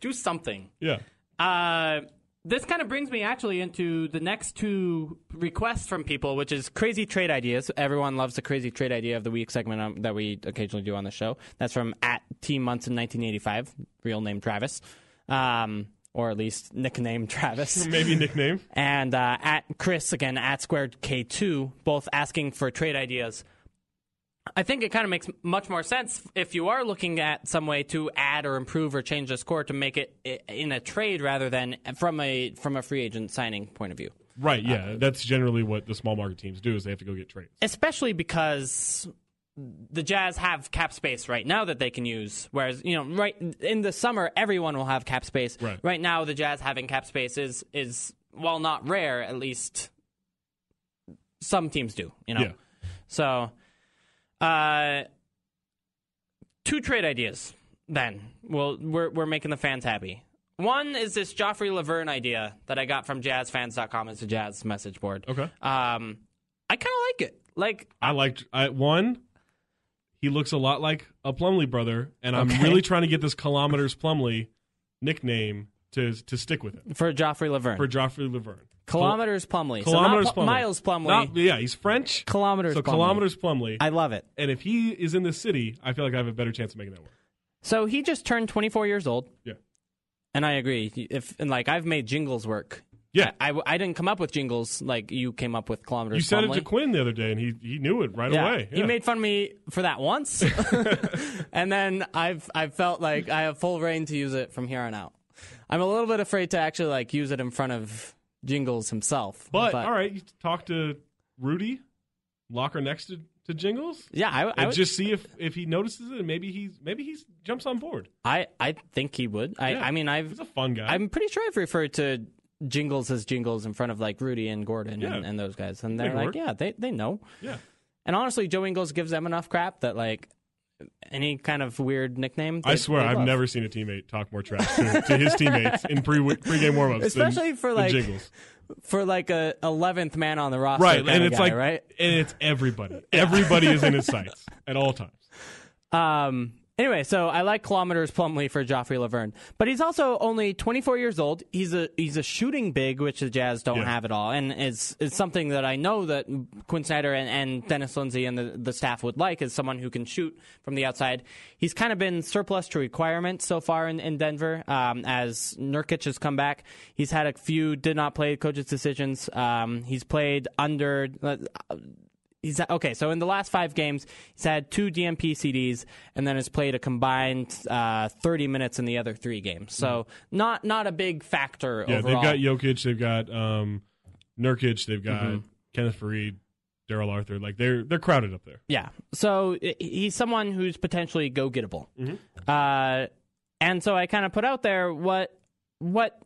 B: do something.
C: Yeah,
B: Uh, this kind of brings me actually into the next two requests from people, which is crazy trade ideas. Everyone loves the crazy trade idea of the week segment um, that we occasionally do on the show. That's from at Team Munson 1985, real name Travis, um, or at least nickname Travis,
C: maybe a nickname.
B: and uh, at Chris again at squared K2, both asking for trade ideas. I think it kind of makes much more sense if you are looking at some way to add or improve or change the score to make it i- in a trade rather than from a from a free agent signing point of view.
C: Right. Yeah, that's generally what the small market teams do is they have to go get trades.
B: Especially because the Jazz have cap space right now that they can use, whereas you know, right in the summer everyone will have cap space.
C: Right.
B: now, the Jazz having cap space is is while not rare, at least some teams do. You know,
C: Yeah.
B: So, uh, two trade ideas. Then, well, we're we're making the fans happy. One is this Joffrey Laverne idea that I got from JazzFans.com. It's a Jazz message board.
C: Okay.
B: Um, I kind of like it. Like,
C: I liked I, one. He looks a lot like a Plumley brother, and I'm really trying to get this kilometers Plumley nickname to to stick with it
B: for Joffrey Laverne,
C: for Joffrey Laverne.
B: kilometers Plumley, So not
C: Kilometers
B: Pl-
C: Plumley.
B: Miles Plumley,
C: Not- yeah, he's French.
B: kilometers.
C: so
B: Plumlee.
C: kilometers Plumley.
B: I love it.
C: and if he is in this city, I feel like I have a better chance of making that work.
B: So he just turned 24 years old.
C: Yeah.
B: And I agree. If and like I've made jingles work.
C: Yeah.
B: I, I, I didn't come up with jingles like you came up with kilometers.
C: You said it
B: Plumley.
C: to Quinn the other day, and he he knew it right away.
B: He
C: Yeah.
B: made fun of me for that once, and then I've I've felt like I have full reign to use it from here on out. I'm a little bit afraid to actually like use it in front of Jingles himself.
C: but, all right, you talk to Rudy, locker next to, to Jingles,
B: yeah, I, I,
C: and
B: would,
C: just see if if he notices it, and maybe he's maybe he's jumps on board.
B: I I think he would. I
C: Yeah.
B: I mean I've
C: He's a fun guy.
B: I'm pretty sure I've referred to Jingles as Jingles in front of like Rudy and Gordon
C: Yeah.
B: and, and those guys, and they're like,
C: work.
B: yeah, they they know.
C: yeah,
B: And honestly, Joe Ingles gives them enough crap that like any kind of weird nickname.
C: I
B: they-
C: swear,
B: they
C: I've
B: love.
C: never seen a teammate talk more trash to, to his teammates in pre pregame warmups,
B: Especially
C: than,
B: for,
C: than
B: like,
C: Jingles.
B: for like a eleventh man on the roster,
C: Right,
B: kinda
C: and it's
B: guy,
C: like
B: right.
C: and it's everybody. Everybody is in his sights at all times.
B: Um. Anyway, so I like kilometers Plumley for Joffrey Laverne, but he's also only 24 years old. He's a he's a shooting big, which the Jazz don't
C: Yeah.
B: have at all, and it's it's something that I know that Quinn Snyder and, and Dennis Lindsay and the, the staff would like is someone who can shoot from the outside. He's kind of been surplus to requirements so far in, in Denver. Um, as Nurkic has come back, he's had a few did not play coaches decisions. Um, he's played under. uh, he's okay. So in the last five games, he's had two DMP CDs and then has played a combined uh, thirty minutes in the other three games. So not not a big factor
C: Mm-hmm. Yeah,
B: overall.
C: they've got Jokic, they've got um, Nurkic, they've got
B: Mm-hmm.
C: Kenneth Fareed, Daryl Arthur. Like they're they're crowded up there.
B: yeah. So i- he's someone who's potentially go gettable. Uh, and so I kind of put out there what what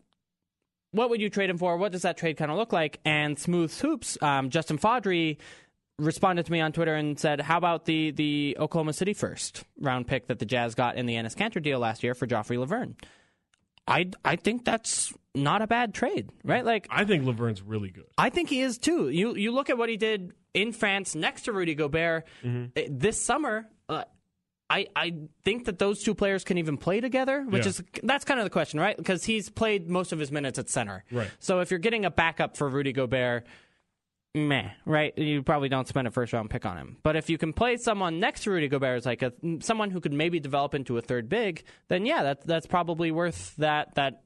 B: what would you trade him for? What does that trade kind of look like? And Smooth Hoops, um, Justin Fodry responded to me on Twitter and said, "How about the the Oklahoma City first round pick that the Jazz got in the Ennis Cantor deal last year for Joffrey Laverne?" I I think that's not a bad trade, right? Like
C: I think Laverne's really good.
B: I think he is too. You you look at what he did in France next to Rudy Gobert
C: Mm-hmm.
B: eh, this summer. Uh, I I think that those two players can even play together, which
C: Yeah.
B: is that's kind of the question, right? Because he's played most of his minutes at center.
C: Right.
B: So if you're getting a backup for Rudy Gobert, meh, right? You probably don't spend a first round pick on him. But if you can play someone next to Rudy Gobert as like a someone who could maybe develop into a third big, then yeah, that that's probably worth that that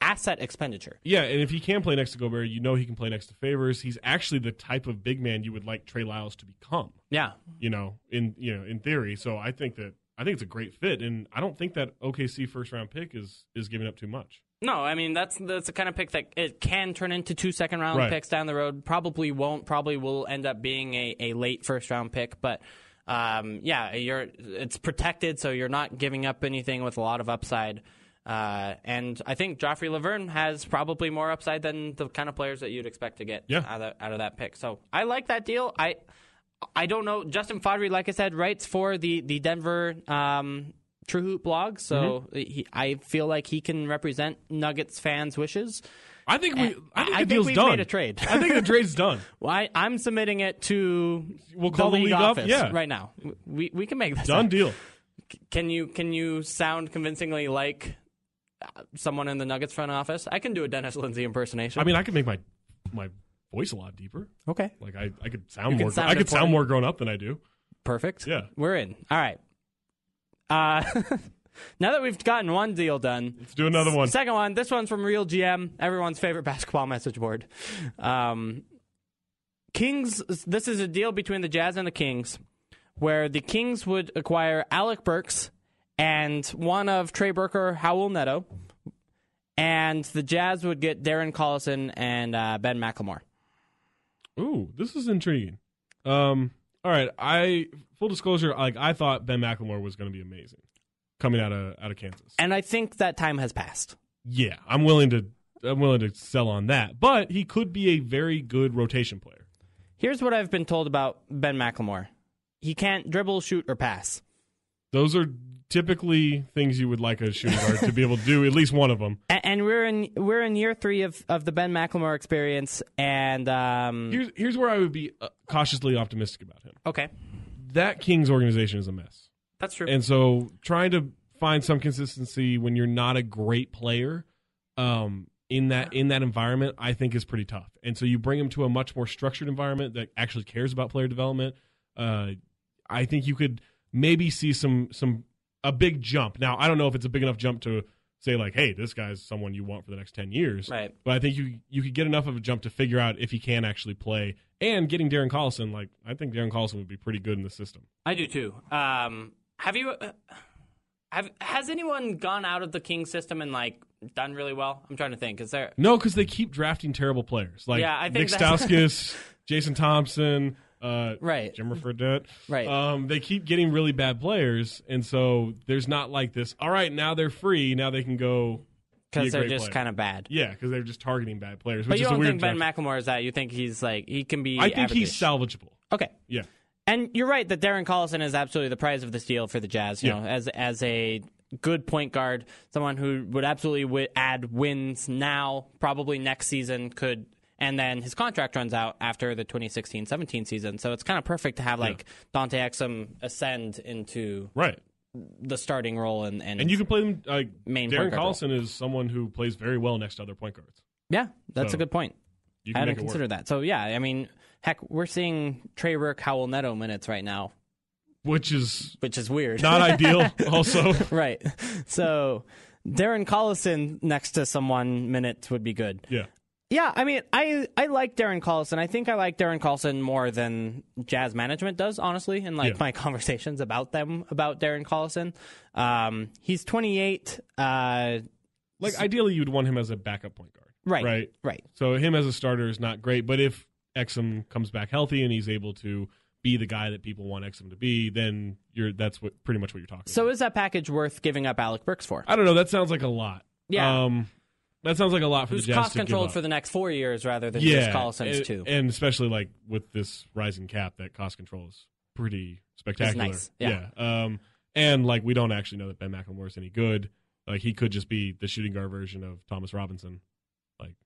B: asset expenditure.
C: Yeah, and if he can play next to Gobert, you know he can play next to Favors. He's actually the type of big man you would like Trey Lyles to become.
B: Yeah.
C: You know, in you know, in theory. So I think that I think it's a great fit, and I don't think that OKC first round pick is is giving up too much.
B: No, I mean that's that's the kind of pick that it can turn into two second round
C: Right.
B: picks down the road. Probably won't. Probably will end up being a, a late first round pick. But um, yeah, you're it's protected, so you're not giving up anything with a lot of upside. Uh, and I think Joffrey Laverne has probably more upside than the kind of players that you'd expect to get
C: Yeah.
B: out, of, out of that pick. So I like that deal. I I don't know. Justin Fodry, like I said, writes for the the Denver um, True Hoop blog, so he, I feel like he can represent Nuggets fans' wishes.
C: I think we. I think
B: Eh, I
C: the
B: think
C: deal's
B: we've
C: done.
B: made a trade.
C: I think the trade's done.
B: Well, I, I'm submitting it to
C: We'll call the league up,
B: office
C: yeah.
B: right now. We we can make this
C: Done
B: happen.
C: deal.
B: Can you can you sound convincingly like uh, someone in the Nuggets front office? I can do a Dennis Lindsay impersonation.
C: I mean, I could make my my voice a lot deeper.
B: okay,
C: Like I, I could sound
B: could
C: more.
B: sound
C: I could sound
B: important.
C: more grown up than I do.
B: perfect.
C: Yeah.
B: we're in. All right. Uh, now that we've gotten one deal done,
C: Let's do another one.
B: Second one. This one's from Real GM, everyone's favorite basketball message board. Um, Kings. This is a deal between the Jazz and the Kings, where the Kings would acquire Alec Burks and one of Trey Burke or Howell Neto, and the Jazz would get Darren Collison and uh, Ben McLemore.
C: Ooh, this is intriguing. Um, all right. I full disclosure. Like I thought Ben McLemore was going to be amazing coming out of out of Kansas.
B: And I think that time has passed.
C: Yeah, I'm willing to. I'm willing to sell on that. But he could be a very good rotation player.
B: Here's what I've been told about Ben McLemore: he can't dribble, shoot, or pass.
C: Those are typically things you would like a shooting guard to be able to do. At least one of them.
B: A- and we're in we're in year three of, of the Ben McLemore experience, and um,
C: Here's here's where I would be uh, cautiously optimistic about him.
B: okay,
C: That Kings organization is a mess.
B: that's true.
C: And so trying to find some consistency when you're not a great player um, in that in that environment, I think is pretty tough. And so you bring him to a much more structured environment that actually cares about player development. Uh, I think you could maybe see some some a big jump. Now I don't know if it's a big enough jump to say like, hey, this guy's someone you want for the next ten years.
B: Right.
C: But I think you you could get enough of a jump to figure out if he can actually play. And getting Darren Collison, like I think Darren Collison would be pretty good in the system.
B: I do too. Um, have you? uh, Have has anyone gone out of the King system and like done really well? I'm trying to think. Is there?
C: No, because they keep drafting terrible players like
B: Yeah, I think
C: Nick
B: that's-
C: Stauskas, Jason Thompson, uh,
B: Right.
C: Jimmer Fredette.
B: Right.
C: Um, they keep getting really bad players, and so there's not like this. All right, now they're free. Now they can go. be a
B: Because they're
C: great
B: just
C: player."
B: kind of bad.
C: Yeah, because they're just targeting bad players. Which
B: but you
C: is a
B: don't
C: weird
B: think Ben
C: draft.
B: McElmore is that? You think he's like he can be?
C: I think he's
B: average-ish.
C: salvageable.
B: okay.
C: Yeah.
B: And you're right that Darren Collison is absolutely the prize of this deal for the Jazz. You
C: Yeah.
B: know, as as a good point guard, someone who would absolutely w- add wins now, probably next season could, and then his contract runs out after the 2016-17 season. So it's kind of perfect to have like Dante Exum ascend into
C: Right.
B: the starting role and and,
C: And you can play them. Like
B: Main
C: Darren
B: point guard
C: Collison is someone who plays very well next to other point guards.
B: yeah, that's
C: So,
B: a good point. I
C: You can
B: hadn't
C: make it
B: considered
C: work.
B: that. So yeah, I mean, heck, we're seeing Trey Burke, Howell Neto minutes right now,
C: which is
B: which is weird.
C: not ideal. Also,
B: right. So Darren Collison next to someone minutes would be good.
C: yeah.
B: Yeah, I mean, I I like Darren Collison. I think I like Darren Collison more than Jazz management does, honestly. And like
C: Yeah.
B: my conversations about them about Darren Collison, um, he's 28. Uh,
C: Like ideally, you'd want him as a backup point guard.
B: right,
C: Right.
B: right.
C: So him as a starter is not great, but if Exum comes back healthy and he's able to be the guy that people want Exum to be, then you're that's what pretty much what you're talking.
B: So
C: about.
B: is that package worth giving up Alec Burks for?
C: I don't know. That sounds like a lot.
B: Yeah.
C: Um, that sounds like a lot for
B: Who's
C: the Jazz
B: cost
C: to give
B: controlled
C: up.
B: for the next four years rather than
C: yeah,
B: just Collison's
C: and,
B: two?
C: and especially like with this rising cap, that cost control is pretty spectacular.
B: nice, yeah.
C: Um, and like we don't actually know that Ben McElmore is any good. Like he could just be the shooting guard version of Thomas Robinson,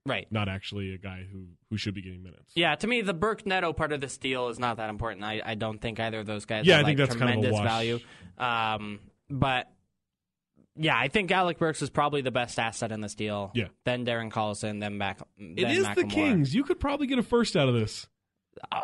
B: right.
C: not actually a guy who who should be getting minutes.
B: Yeah, to me, the Burke Neto part of this deal is not that important. I, I don't think either of those guys.
C: Yeah,
B: have,
C: I think
B: like,
C: that's kind of a
B: tremendous
C: wash.
B: value. Um, but yeah, I think Alec Burks is probably the best asset in this deal.
C: Yeah.
B: Then Darren Collison, then back. Then
C: It is the
B: Macklemore.
C: Kings. You could probably get a first out of this.
B: Uh,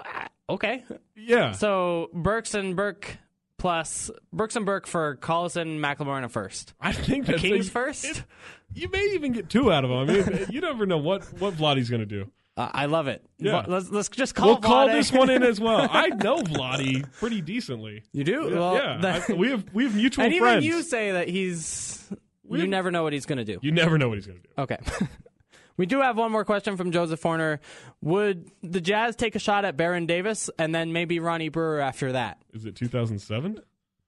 B: okay,
C: Yeah.
B: so Burks and Burke plus Burks and Burke for Collison, McLemore, and a first.
C: I think that's
B: Kings
C: a-
B: first.
C: it- you may even get two out of them. I mean, you never know what what Vladdy's going to do.
B: Uh, I love it.
C: Yeah.
B: Well, Let's, let's just call.
C: we'll call
B: Vlade.
C: this one in as well. I know Vladdy pretty decently.
B: You do?
C: Yeah,
B: Well,
C: yeah.
B: that-
C: I- we have we have mutual
B: and
C: friends.
B: even you say that he's. You
C: have-
B: never know what he's going to do.
C: You never know what he's going to do.
B: Okay. we do have one more question from Joseph Horner. Would the Jazz take a shot at Baron Davis and then maybe Ronnie Brewer after that?
C: Is it 2007?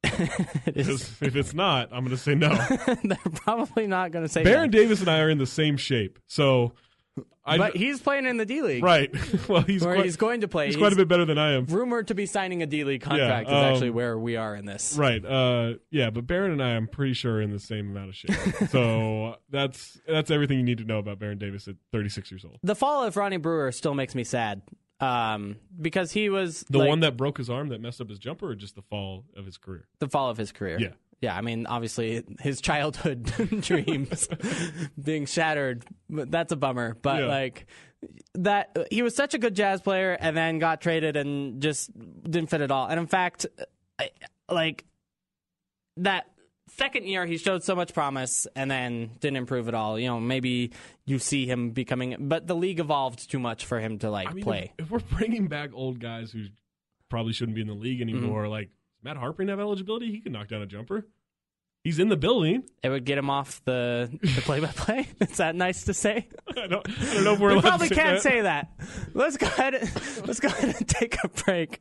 B: It is-
C: if it's not, I'm going to say no.
B: They're probably not going to say
C: Baron
B: no.
C: Davis and I are in the same shape, so I
B: But he's playing in the D League.
C: right. well, he's
B: Where
C: quite,
B: he's going to play.
C: he's quite a bit better than I am.
B: rumored to be signing a D League contract
C: um,
B: is actually where we are in this.
C: Right. Uh, yeah, but Baron and I, I'm pretty sure, are in the same amount of shape. so that's that's everything you need to know about Baron Davis at 36 years old.
B: The fall of Ronnie Brewer still makes me sad. Um, because he was
C: The
B: like,
C: one that broke his arm that messed up his jumper, or just the fall of his career?
B: the fall of his career.
C: Yeah.
B: Yeah, I mean, obviously his childhood dreams being shattered, but that's a bummer. But
C: Yeah.
B: like that, he was such a good jazz player, and then got traded and just didn't fit at all. And in fact, I, like that second year, he showed so much promise, and then didn't improve at all. You know, maybe you see him becoming, but the league evolved too much for him to like
C: I mean,
B: play.
C: If, if we're bringing back old guys who probably shouldn't be in the league
B: Mm-hmm.
C: anymore, like does Matt Harper have eligibility, he can knock down a jumper. He's in the building.
B: It would get him off the the play by play. Is that nice to say?
C: I don't, I don't know if we're
B: we
C: allowed to
B: probably
C: say
B: can't
C: that.
B: say that. Let's go ahead. Let's go ahead and take a break.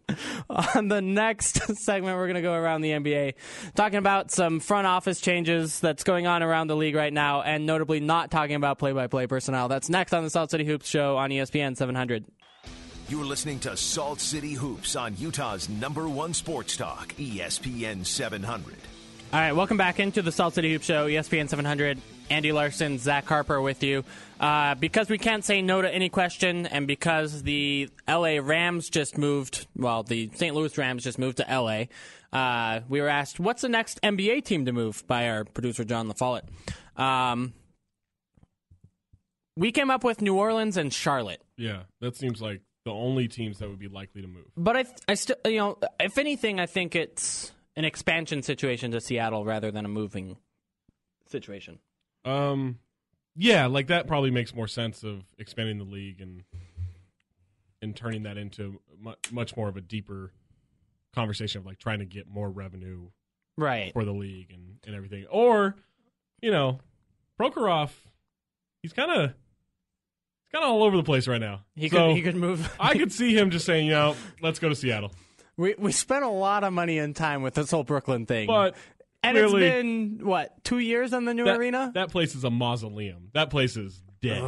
B: On the next segment, we're going to go around the NBA, talking about some front office changes that's going on around the league right now, and notably not talking about play-by-play personnel. That's next on the Salt City Hoops Show on E ESPN 700.
A: You're listening to Salt City Hoops on Utah's number one sports talk, E ESPN 700.
B: All right, welcome back into the Salt City Hoop Show, E ESPN 700. Andy Larson, Zach Harper with you. Uh, because we can't say no to any question, and because the LA Rams just moved, well, the St. Louis Rams just moved to LA, uh, we were asked, what's the next NBA team to move by our producer, John LaFollette? Um, we came up with New Orleans and Charlotte.
C: Yeah, that seems like the only teams that would be likely to move.
B: But I, I still, you know, if anything, I think it's an expansion situation to Seattle rather than a moving situation.
C: Um, yeah, like that probably makes more sense of expanding the league and and turning that into mu- much more of a deeper conversation of like trying to get more revenue
B: Right.
C: for the league and, and everything. Or, you know, Prokhorov, he's kind of he's kind of all over the place right now.
B: He could
C: so
B: he could move.
C: I could see him just saying, you know, let's go to Seattle.
B: we we spent a lot of money and time with this whole Brooklyn thing.
C: But
B: and
C: clearly,
B: it's been what two years on the new
C: that,
B: arena.
C: that place is a mausoleum. That place is dead.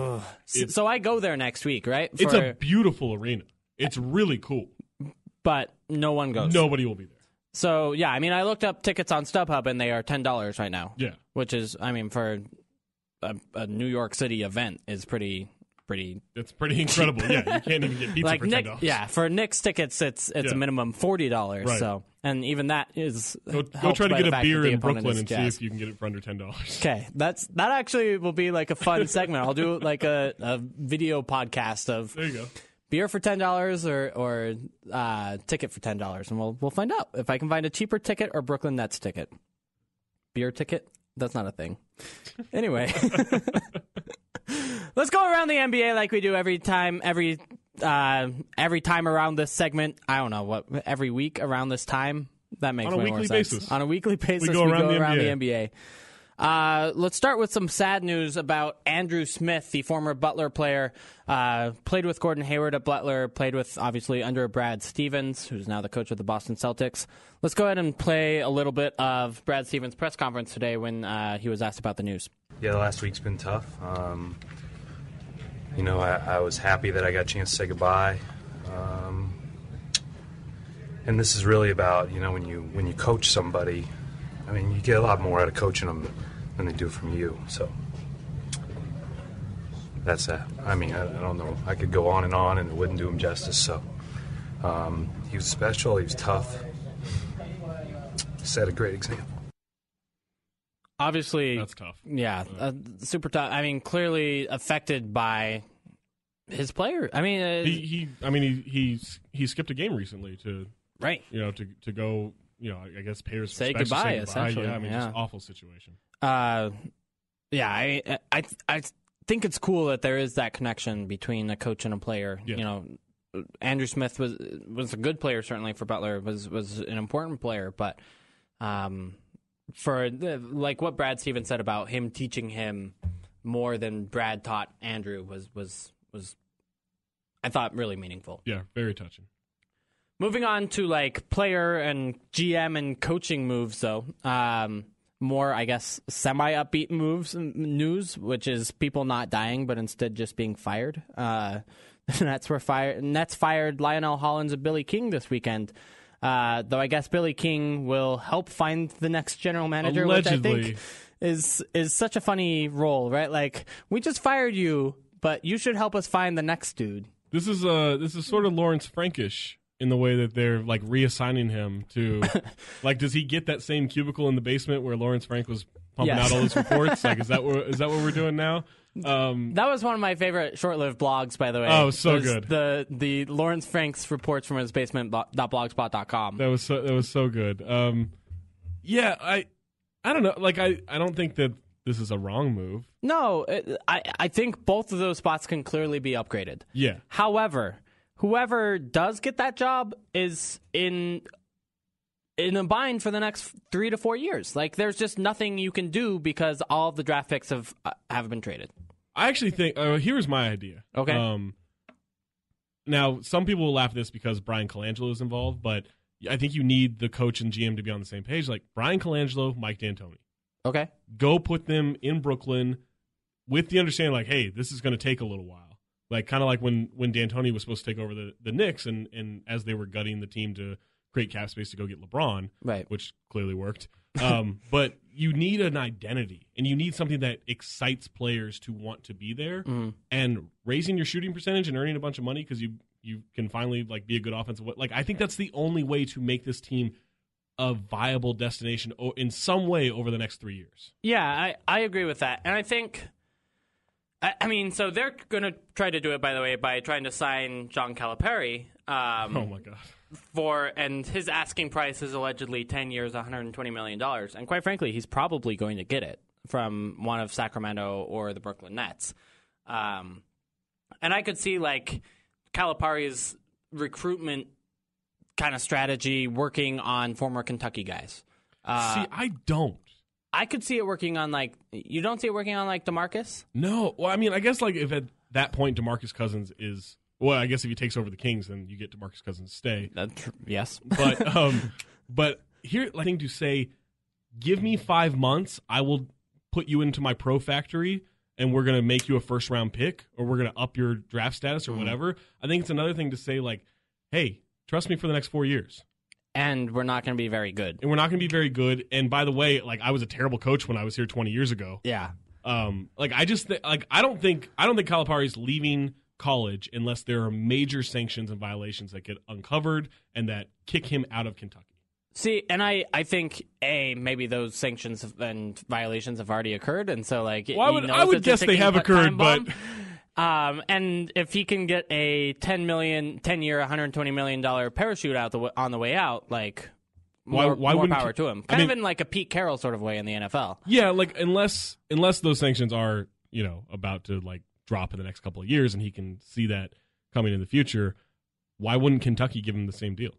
B: S- so I go there next week, right?
C: it's
B: For-
C: a beautiful arena. It's really cool.
B: but no one goes.
C: Nobody will be there.
B: So yeah, I mean, I looked up tickets on StubHub and they are ten dollars right now.
C: Yeah.
B: which is, I mean, for a, a New York City event is pretty pretty
C: It's pretty incredible. yeah, you can't even get pizza
B: like
C: for ten
B: Nick.
C: dollars.
B: Yeah, for Nick's tickets, it's it's
C: Yeah.
B: a minimum forty dollars.
C: Right.
B: So and even that is
C: Go, go try to get a beer in Brooklyn and see if you can get it for under ten dollars.
B: Okay, that's that actually will be like a fun segment. I'll do like a, a video podcast of
C: There you go.
B: beer for ten dollars or or uh, ticket for ten dollars, and we'll we'll find out if I can find a cheaper ticket or Brooklyn Nets ticket. Beer ticket? That's not a thing. Anyway, let's go around the NBA like we do every time every uh, every time around this segment. I don't know what every week around this time. That makes
C: On a
B: way
C: weekly
B: more sense.
C: basis.
B: On a weekly basis,
C: go around the
B: NBA.
C: NBA.
B: Uh, let's start with some sad news about Andrew Smith, the former Butler player. Uh, played with Gordon Hayward at Butler, played with, obviously, under Brad Stevens, who's now the coach of the Boston Celtics. Let's go ahead and play a little bit of Brad Stevens' press conference today when uh, he was asked about the news.
E: Yeah, last week's been tough. Um, you know, I, I was happy that I got a chance to say goodbye. Um, and this is really about you know when you when you coach somebody, I mean you get a lot more out of coaching them than they do from you. So that's that. I mean I, I don't know. I could go on and on and it wouldn't do him justice. So um, he was special. He was tough. Set a great example.
B: Obviously,
C: That's tough.
B: yeah, uh, super tough. I mean, clearly affected by his player. I mean, uh,
C: He, he I mean, he he's he skipped a game recently to
B: right.
C: you know to to go you know I guess pay his
B: Say
C: respects or
B: goodbye, essentially,
C: Yeah, I mean,
B: yeah.
C: just awful situation.
B: uh, yeah, I, I, I think it's cool that there is that connection between a coach and a player.
C: Yeah.
B: You know, Andrew Smith was was a good player certainly for Butler was was an important player, but um, for the, like what Brad Stevens said about him teaching him more than Brad taught Andrew was was was I thought really meaningful.
C: Yeah, very touching.
B: Moving on to like player and GM and coaching moves, though. Um, more, I guess, semi upbeat moves n- news, which is people not dying, but instead just being fired. Uh, the Nets were fired. Nets fired Lionel Hollins and Billy King this weekend. Uh, though I guess Billy King will help find the next general manager, which I
C: Allegedly.
B: think is is such a funny role, right? Like we just fired you, but you should help us find the next dude.
C: This is uh this is sort of Lawrence Frankish in the way that they're like reassigning him to like does he get that same cubicle in the basement where Lawrence Frank was pumping
B: Yes.
C: out all his reports? like is that what is that what we're doing now? Um
B: That was one of my favorite short-lived blogs, by the way.
C: Oh, so
B: Was
C: good.
B: The the Lawrence Franks reports from his basement bo- dot blogspot.com.
C: that was so that was so good. Um yeah, I I don't know. Like I I don't think that this is a wrong move.
B: No, it, I I think both of those spots can clearly be upgraded.
C: Yeah.
B: However, whoever does get that job is in in a bind for the next three to four years. Like, there's just nothing you can do because all of the draft picks have uh, have been traded.
C: I actually think uh, here's my idea.
B: Okay.
C: Um, now some people will laugh at this because Brian Colangelo is involved, but I think you need the coach and GM to be on the same page. Like Brian Colangelo, Mike D'Antoni,
B: Okay.
C: go put them in Brooklyn with the understanding, like, hey, this is going to take a little while. Like kind of like when when D'Antoni was supposed to take over the the Knicks, and and as they were gutting the team to create cap space to go get LeBron,
B: Right.
C: which clearly worked. Um, but you need an identity and you need something that excites players to want to be there. And raising your shooting percentage and earning a bunch of money because you you can finally like be a good offensive. Like I think that's the only way to make this team a viable destination o- in some way over the next three years.
B: Yeah, I, I agree with that. And I think, I, I mean, so they're going to try to do it, by the way, by trying to sign John Calipari. Um,
C: Oh my god!
B: for and his asking price is allegedly 10 years 120 million dollars and quite frankly he's probably going to get it from one of Sacramento or the Brooklyn Nets. Um, and I could see like Calipari's recruitment kind of strategy working on former Kentucky guys.
C: see, I don't.
B: I could see it working on like you don't see it working on like DeMarcus.
C: No, well, I mean, I guess like if at that point Demarcus Cousins is well, I guess if he takes over the Kings, then you get Demarcus Cousins to stay.
B: yes.
C: But um, but here, I think to say, give me five months, I will put you into my pro factory, and we're gonna make you a first round pick, or we're gonna up your draft status, or whatever. I think it's another thing to say like, hey, trust me for the next four years,
B: And we're not going to be very good.
C: and we're not gonna be very good. And by the way, like I was a terrible coach when I was here twenty years ago.
B: Yeah.
C: Um, like I just th- like I don't think I don't think Calipari's leaving college unless there are major sanctions and violations that get uncovered and that kick him out of Kentucky.
B: See, and I, I think a maybe those sanctions and violations have already occurred, and so like
C: Well, I
B: he
C: would-
B: knows
C: I would
B: it's a
C: guess they
B: ticking
C: have
B: bu-
C: occurred,
B: time bomb. um, and if he can get a 10 million, 10 year, 120 million dollar parachute out the w- on the way out, like
C: Why-
B: more,
C: why
B: more
C: wouldn't
B: power
C: he-
B: to him,
C: I
B: kind
C: mean-
B: of in like a Pete Carroll sort of way in the NFL.
C: Yeah, like unless unless those sanctions are you know about to like drop in the next couple of years and he can see that coming in the future, why wouldn't Kentucky give him the same deal?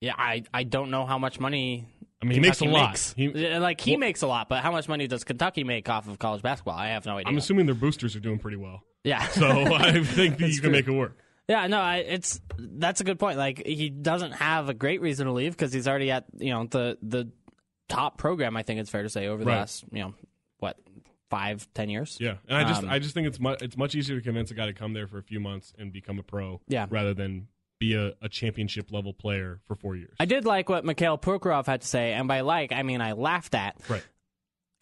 B: Yeah, I, I don't know how much money.
C: I mean, he makes a
B: Kentucky
C: lot.
B: makes.
C: He-
B: Yeah, like he
C: Well-
B: makes a lot, but how much money does Kentucky make off of college basketball? I have no idea.
C: I'm assuming their boosters are doing pretty well,
B: yeah,
C: so I think that you can make it work.
B: Yeah, no, I, it's that's a good point. Like he doesn't have a great reason to leave because he's already at you know the the top program. I think it's fair to say over the
C: Right.
B: last you know what five ten years.
C: Yeah, and I just
B: Um,
C: I just think it's much it's much easier to convince a guy to come there for a few months and become a pro,
B: Yeah.
C: rather than be a, a championship level player for four years.
B: I did like what Mikhail Prokhorov had to say, and by like I mean I laughed at.
C: right.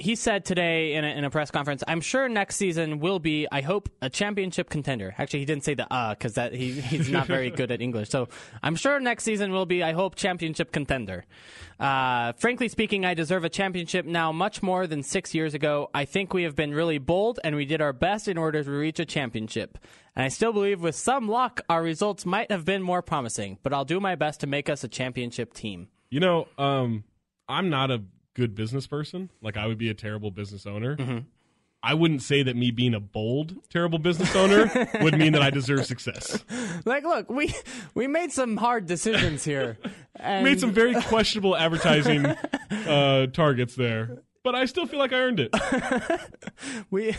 B: He said today in a, in a press conference, "I'm sure next season will be, I hope, a championship contender." Actually, he didn't say the "uh" because that he he's not very good at English. So I'm sure next season will be, I hope, championship contender. Uh, frankly speaking, I deserve a championship now much more than six years ago. I think we have been really bold, and we did our best in order to reach a championship. And I still believe, with some luck, our results might have been more promising. But I'll do my best to make us a championship team.
C: You know, um, I'm not a good business person. Like I would be a terrible business owner.
B: Mm-hmm.
C: I wouldn't say that me being a bold, terrible business owner would mean that I deserve success.
B: Like, look, we we made some hard decisions here. And
C: Made some very questionable advertising uh, targets there, but I still feel like I earned it.
B: we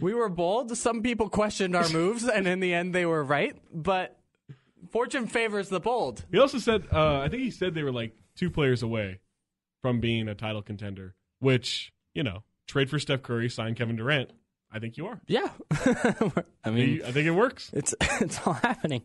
B: we were bold. Some people questioned our moves, and in the end, they were right. But fortune favors the bold.
C: He also said, uh, I think he said they were like two players away from being a title contender, which, you know, trade for Steph Curry, sign Kevin Durant. I think you are.
B: Yeah, I mean,
C: I think it works.
B: it's it's all happening.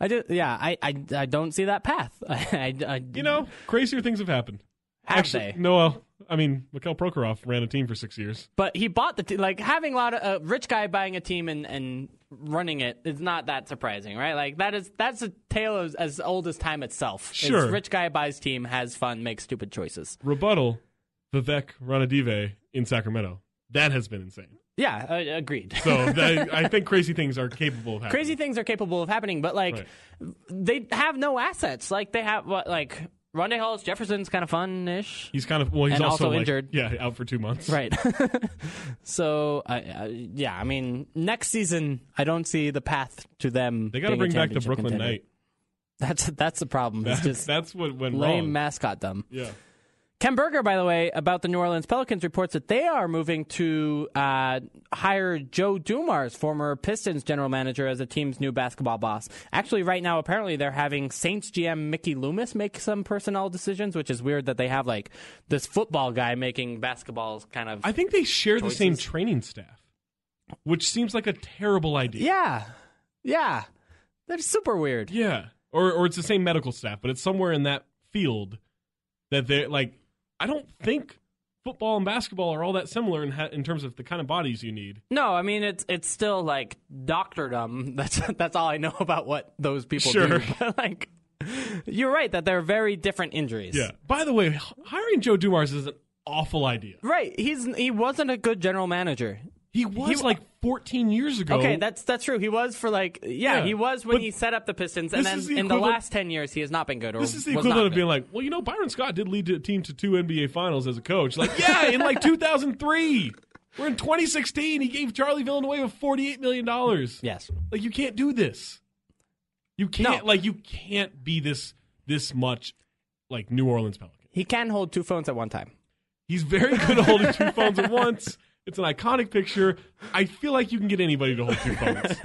B: I do, yeah. I, I, I don't see that path. I, I, I
C: You know, crazier things have happened.
B: have
C: Actually,
B: they?
C: Noel, I mean, Mikhail Prokhorov ran a team for six years.
B: But he bought the team. Like having a lot of a rich guy buying a team and and running it is not that surprising, right? Like that is that's a tale as, as old as time itself. It's
C: Sure.
B: rich guy buys team, has fun, makes stupid choices.
C: Rebuttal Vivek Ranadive in Sacramento. That has been insane.
B: Yeah, uh, agreed.
C: So that, I think crazy things are capable of happening.
B: Crazy things are capable of happening, but like
C: Right.
B: they have no assets. Like they have what like Rondé Hollis Jefferson's kind of fun-ish.
C: He's kind of, well, he's
B: And also
C: like,
B: injured.
C: Yeah, out for two months.
B: Right. so, I I yeah, I mean, next season, I don't see the path to them.
C: They got to
B: being a
C: bring back the
B: championship
C: Brooklyn
B: contender.
C: Knight.
B: That's that's the problem. It's
C: That's,
B: just
C: that's what went
B: lame
C: wrong.
B: mascot dumb.
C: yeah.
B: Ken Berger, by the way, about the New Orleans Pelicans, reports that they are moving to uh, hire Joe Dumars, former Pistons general manager, as the team's new basketball boss. Actually, right now, apparently, they're having Saints GM Mickey Loomis make some personnel decisions, which is weird that they have like this football guy making basketballs kind of.
C: I think they share the same
B: choices.
C: training staff, which seems like a terrible idea.
B: yeah, yeah, that's super weird.
C: Yeah. Or or it's the same medical staff, but it's somewhere in that field that they are like I don't think football and basketball are all that similar in ha- in terms of the kind of bodies you need.
B: No, I mean it's it's still like doctordom. That's that's all I know about what those people
C: Sure.
B: do. But like, you're right that they're very different injuries.
C: By the way, h- hiring Joe Dumars is an awful idea.
B: Right. He's he wasn't a good general manager.
C: He was like 14 years ago.
B: Okay, that's that's true. He was for like yeah,
C: Oh. Yeah,
B: he was when
C: but
B: he set up the Pistons, and
C: this
B: then
C: is the
B: in the
C: equivalent-
B: last ten years he has not been good. Or
C: This is the
B: was
C: equivalent
B: not
C: of
B: good.
C: being like, well, you know, Byron Scott did lead a team to two NBA finals as a coach. Like, yeah, in like 2003. We're in 2016. He gave Charlie Villanueva $48 million.
B: yes.
C: Like, you can't do this. You can't, like, you can't be this this much like New Orleans Pelican.
B: He can hold two phones at one time.
C: He's very good at holding two phones at once. It's an iconic picture. I feel like you can get anybody to hold two phones.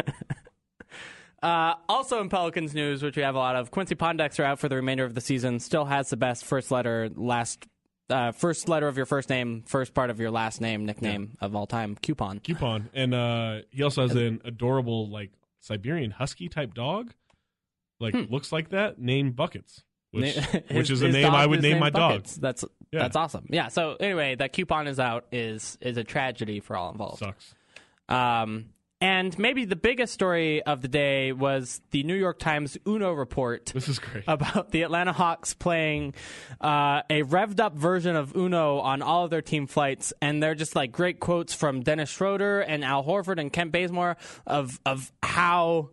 B: Uh, also in Pelicans news, which we have a lot of, Quincy Pondexter out for the remainder of the season. Still has the best first letter, last, uh, first letter of your first name, first part of your last name, nickname of all time, coupon.
C: Coupon. And uh, he also has an adorable, like, Siberian Husky type dog. Like, looks like that, named Buckets, which,
B: His-
C: which is a
B: Hmm. his
C: name
B: dog
C: I would
B: is
C: name
B: named
C: my
B: Buckets. That's
C: Yeah.
B: that's awesome. Yeah. So anyway, that coupon is out is is a tragedy for all
C: dog.
B: involved.
C: Sucks.
B: Um, and maybe the biggest story of the day was the New York Times Uno report
C: This is great.
B: about the Atlanta Hawks playing uh, a revved up version of Uno on all of their team flights, and they're just like great quotes from Dennis Schroeder and Al Horford and Kent Bazemore of of how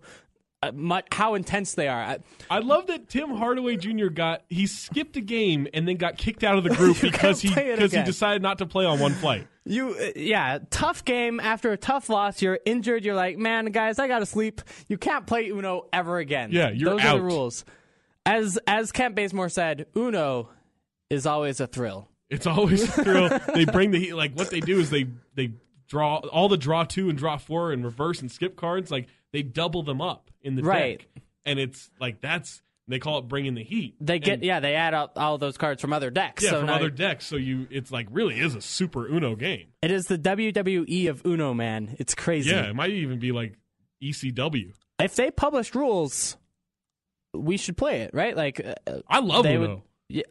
B: uh, much how intense they are. Uh, I,
C: I love that Tim Hardaway Jr. got he skipped a game and then got kicked out of the group because he
B: play it
C: because he
B: again.
C: decided not to play on one flight.
B: you uh, yeah, tough game after a tough loss. You're injured. You're like, man, guys, I gotta sleep. You can't play Uno ever again.
C: Yeah, you're
B: those are
C: out.
B: the rules. As as Kent Bazemore said, Uno is always a thrill.
C: It's always a thrill. they bring the heat. Like what they do is they they draw all the draw two and draw four and reverse and skip cards. Like they double them up in the
B: Right.
C: deck, and it's like that's they call it bringing the heat.
B: They get
C: And-
B: yeah, they add up all those cards from other decks.
C: yeah
B: so
C: from
B: now
C: other decks. So you it's like really is a super Uno game.
B: it is the WWE of Uno man. It's crazy.
C: Yeah, it might even be like E ECW.
B: If they published rules, we should play it, right? Like uh, uh,
C: I love
B: They
C: Uno.
B: would- yeah.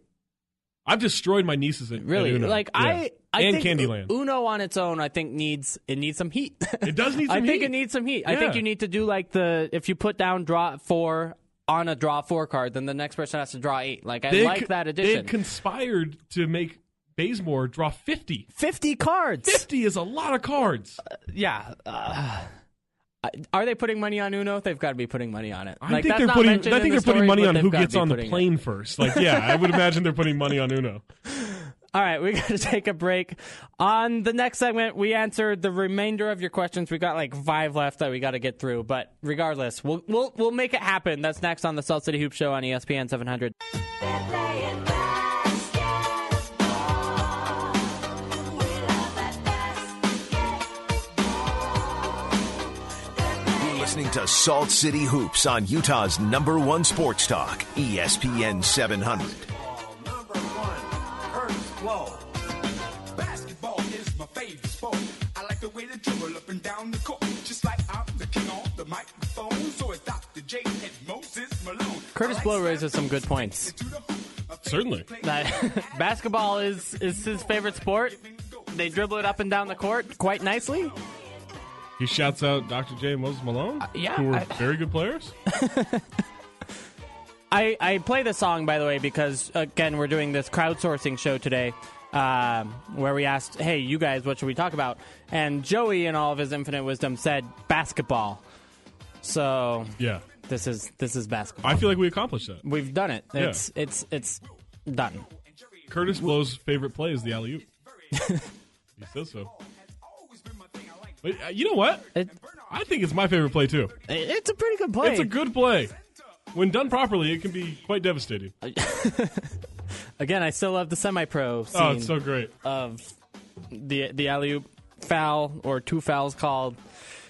C: I've destroyed my nieces at, at
B: really
C: Uno.
B: like
C: Yeah.
B: I I
C: and
B: think
C: Candyland.
B: Uno on its own I think needs it needs some heat.
C: it does need some
B: I
C: heat.
B: think it needs some heat. I think
C: Yeah.
B: you need to do like the if you put down draw four on a draw four card, then the next person has to draw eight. Like I
C: They
B: like
C: co-
B: that
C: They
B: addition.
C: conspired to make Bazemore draw fifty.
B: Fifty cards.
C: 50 is a lot of cards.
B: yeah. Uh, I- are they putting money on Uno? They've got to be putting money on it.
C: I
B: Like,
C: think
B: that's
C: they're
B: not
C: putting.
B: mentioned
C: I
B: in
C: think
B: the
C: they're
B: story,
C: putting money
B: but
C: on
B: they've
C: who
B: gotta
C: gets
B: be
C: on the
B: putting it.
C: plane first. Like, yeah, I would imagine they're putting money on Uno.
B: All right, we got to take a break. On the next segment, we answered the remainder of your questions. We got like five left that we got to get through, but regardless, we'll we'll we'll make it happen. That's next on the Salt City Hoop Show on E ESPN 700.
A: You're listening to Salt City Hoops on Utah's number one sports talk, E ESPN 700.
F: Number one, Curtis Blow. Basketball is my favorite sport. I like the way they dribble up and down the court. Just like I'm the king on the microphone. So it's Dr. J and Moses Malone.
B: Curtis Blow raises some good points.
C: Certainly.
B: That basketball is is his favorite sport. They dribble it up and down the court quite nicely.
C: He shouts out Dr. J and Moses Malone,
B: Uh, yeah,
C: who were
B: I-
C: very good players.
B: I, I play the song by the way because again we're doing this crowdsourcing show today um, where we asked hey you guys what should we talk about and joey in all of his infinite wisdom said basketball so
C: Yeah,
B: this is this is basketball
C: I feel like we accomplished that.
B: we've done it it's it's it's done
C: Curtis Blow's favorite play is the alley oop. he says so. But uh, you know what?
B: It-
C: I think it's my favorite play too.
B: it's a pretty good play
C: It's a good play. When done properly, it can be quite devastating.
B: again i still love the semi-pro scene
C: Oh, it's so great.
B: of the the alley foul or two fouls called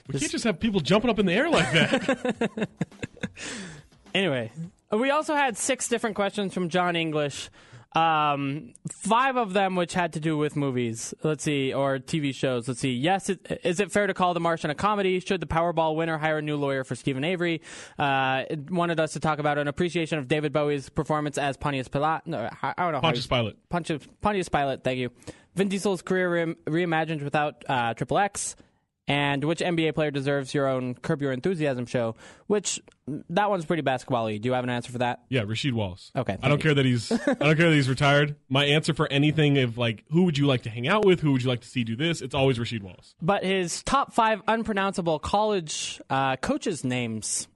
C: We can't just have people jumping up in the air like that.
B: Anyway, we also had six different questions from John English. Um, five of them which had to do with movies. Let's see, or TV shows. Let's see. Yes, it, is it fair to call The Martian a comedy? Should the Powerball winner hire a new lawyer for Stephen Avery? Uh, it wanted us to talk about an appreciation of David Bowie's performance as Pontius Pilate. No, I I don't know. how
C: Pontius
B: you-
C: Pilate.
B: Pontius, Pontius Pilate. Thank you. Vin Diesel's career re- reimagined without uh, Triple X and which NBA player deserves your own Curb Your Enthusiasm show, which that one's pretty basketball Do you have an answer for that?
C: Yeah, Rasheed Wallace.
B: Okay,
C: I
B: thank
C: don't care that he's I don't care that he's retired. My answer for anything of like who would you like to hang out with, who would you like to see do this, it's always Rasheed Wallace.
B: But his top five unpronounceable college uh, coaches' names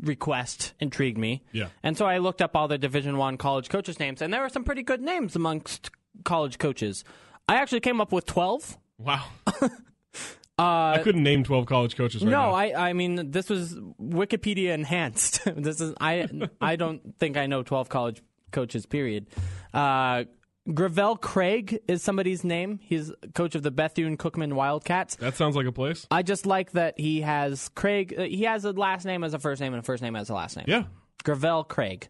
B: request intrigued me.
C: Yeah.
B: And so I looked up all the Division One college coaches' names, and there were some pretty good names amongst college coaches. I actually came up with twelve.
C: Wow. I couldn't name twelve college coaches right
B: Uh, no,
C: now.
B: I, I mean this was Wikipedia enhanced. this is I I don't think I know twelve college coaches. Period. Uh, Gravel Craig is somebody's name. He's coach of the Bethune Cookman Wildcats.
C: that sounds like a place.
B: I just like that he has Craig. Uh, he has a last name as a first name and a first name as a last name.
C: Yeah.
B: Gravel Craig,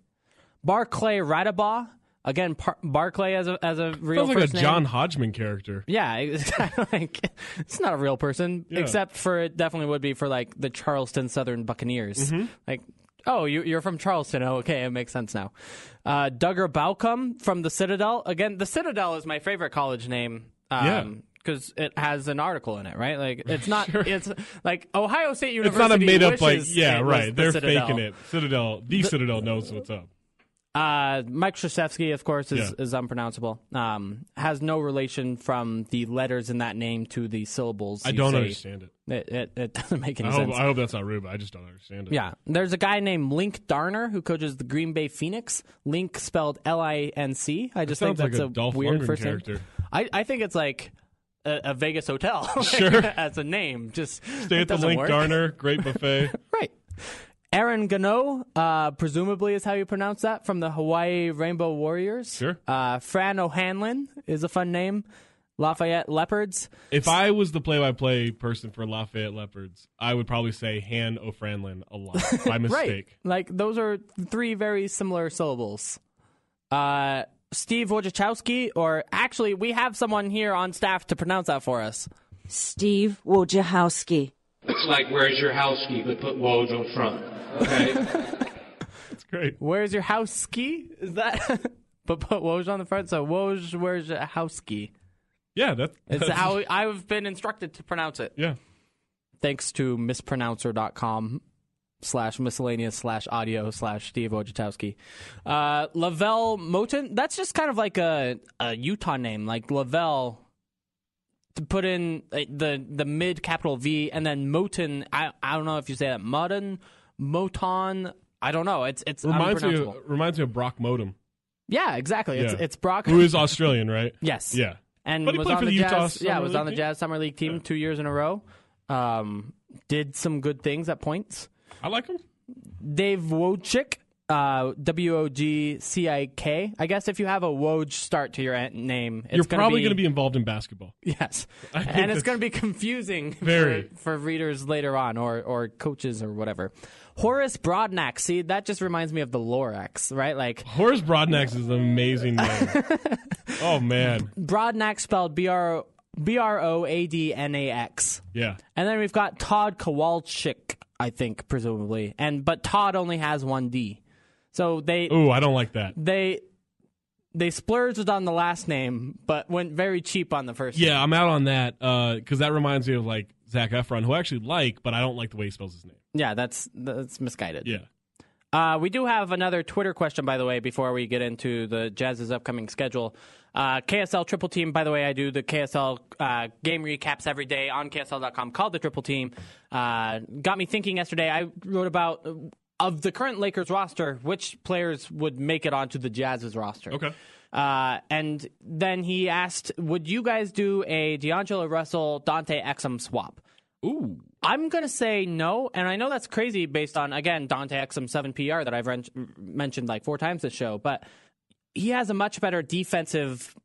B: Barclay Radabaugh. Again, par- Barclay as a as a real
C: Sounds like a
B: first name.
C: John Hodgman character.
B: Yeah, it's kind of like it's not a real person,
C: Yeah.
B: except for it definitely would be for like the Charleston Southern Buccaneers.
C: Mm-hmm.
B: Like, oh, you, you're from Charleston. Oh, okay, it makes sense now. Uh, Duggar Balcom from the Citadel. Again, the Citadel is my favorite college name.
C: Yeah.
B: Because it has an article in it, right? Like it's not. It's like Ohio State
C: It's
B: University.
C: not a made up like
B: wishes
C: yeah,
B: it was
C: right.
B: the
C: They're
B: Citadel.
C: faking it. Citadel the, Citadel knows what's up.
B: Uh, Mike Krzyzewski, of course, is,
C: Yeah.
B: is unpronounceable. Um, has no relation from the letters in that name to the syllables.
C: I
B: you
C: don't
B: say.
C: understand it.
B: It, it, it doesn't make any
C: I hope,
B: sense.
C: I hope that's not rude, but I just don't understand it.
B: yeah, there's a guy named Link Darner who coaches the Green Bay Phoenix. Link spelled L-I-N-C. I just think
C: sounds like
B: that's
C: a Dolph
B: weird
C: Lundgren
B: first
C: character.
B: name. I, I think it's like a, a Vegas hotel like,
C: Sure.
B: as a name. Just
C: Stay
B: it
C: at the
B: doesn't
C: Link
B: work.
C: Garner, great buffet.
B: Right. Aaron Gano, uh, presumably is how you pronounce that, from the Hawaii Rainbow Warriors.
C: Sure.
B: Uh, Fran O'Hanlon is a fun name. Lafayette Leopards.
C: If I was the play-by-play person for Lafayette Leopards, I would probably say Han O'Franlin a lot by
B: Right.
C: mistake.
B: Like those are three very similar syllables. Uh, Steve Wojciechowski, or actually, we have someone here on staff to pronounce that for us.
G: Steve Wojciechowski.
H: It's like where's your house key, but put Woj on front. Okay.
C: That's great.
B: Where's your house ski? Is that? but put Woj on the front. So Woj, where's your house ski?
C: Yeah, that's,
B: It's
C: that's-
B: how I've been instructed to pronounce it.
C: Yeah,
B: Thanks to mispronouncer.com slash miscellaneous slash audio slash Steve Wojciechowski. Uh, Lavelle Moten, that's just kind of like a, a Utah name, like Lavelle to put in uh, the the mid capital V and then Moten. I, I don't know if you say that Moten, Moton. I don't know. It's it's
C: reminds me
B: unpronounceable.
C: of, reminds me of Brock Modem,
B: Yeah, exactly. It's
C: Yeah.
B: it's Brock.
C: who is Australian, right?
B: Yes.
C: Yeah,
B: and
C: But he
B: was
C: played
B: on
C: for
B: the,
C: the Utah
B: Jazz. Yeah,
C: Summer
B: was on
C: League
B: the
C: team?
B: Jazz summer league team two years in a row. Um, did some good things at points.
C: I like him.
B: Dave Wojcik, uh, W O G C I K. I guess if you have a Woj start to your an- name, it's
C: You're probably going to be involved in basketball.
B: yes,
C: think
B: and it's
C: that's-
B: going to be confusing
C: Very.
B: For, for readers later on, or or coaches or whatever. Horace Broadnax. See, that just reminds me of the Lorax, right? Like
C: Horace Broadnax is an amazing name. oh man,
B: Broadnax spelled B R B R O A D N A X.
C: yeah.
B: And then we've got Todd Kowalczyk, I think, presumably. And but Todd only has one D. So they
C: Ooh, I don't like that.
B: they they splurged on the last name, but went very cheap on the first name.
C: Yeah, I'm out on that because that reminds me of like Zach Efron, who I actually like, but I don't like the way he spells his name.
B: Yeah, that's that's misguided.
C: Yeah,
B: Uh, we do have another Twitter question, by the way, before we get into the Jazz's upcoming schedule. Uh, KSL Triple Team, by the way, I do the KSL uh, game recaps every day on KSL.com called the Triple Team. Uh, got me thinking yesterday. I wrote about uh, of the current Lakers roster, which players would make it onto the Jazz's roster.
C: Okay.
B: Uh, and then he asked, would you guys do a D'Angelo Russell, Dante Exum swap? I'm going to say no, and I know that's crazy based on, again, Dante Exum 7PR that I've ren- mentioned like four times this show, but he has a much better defensive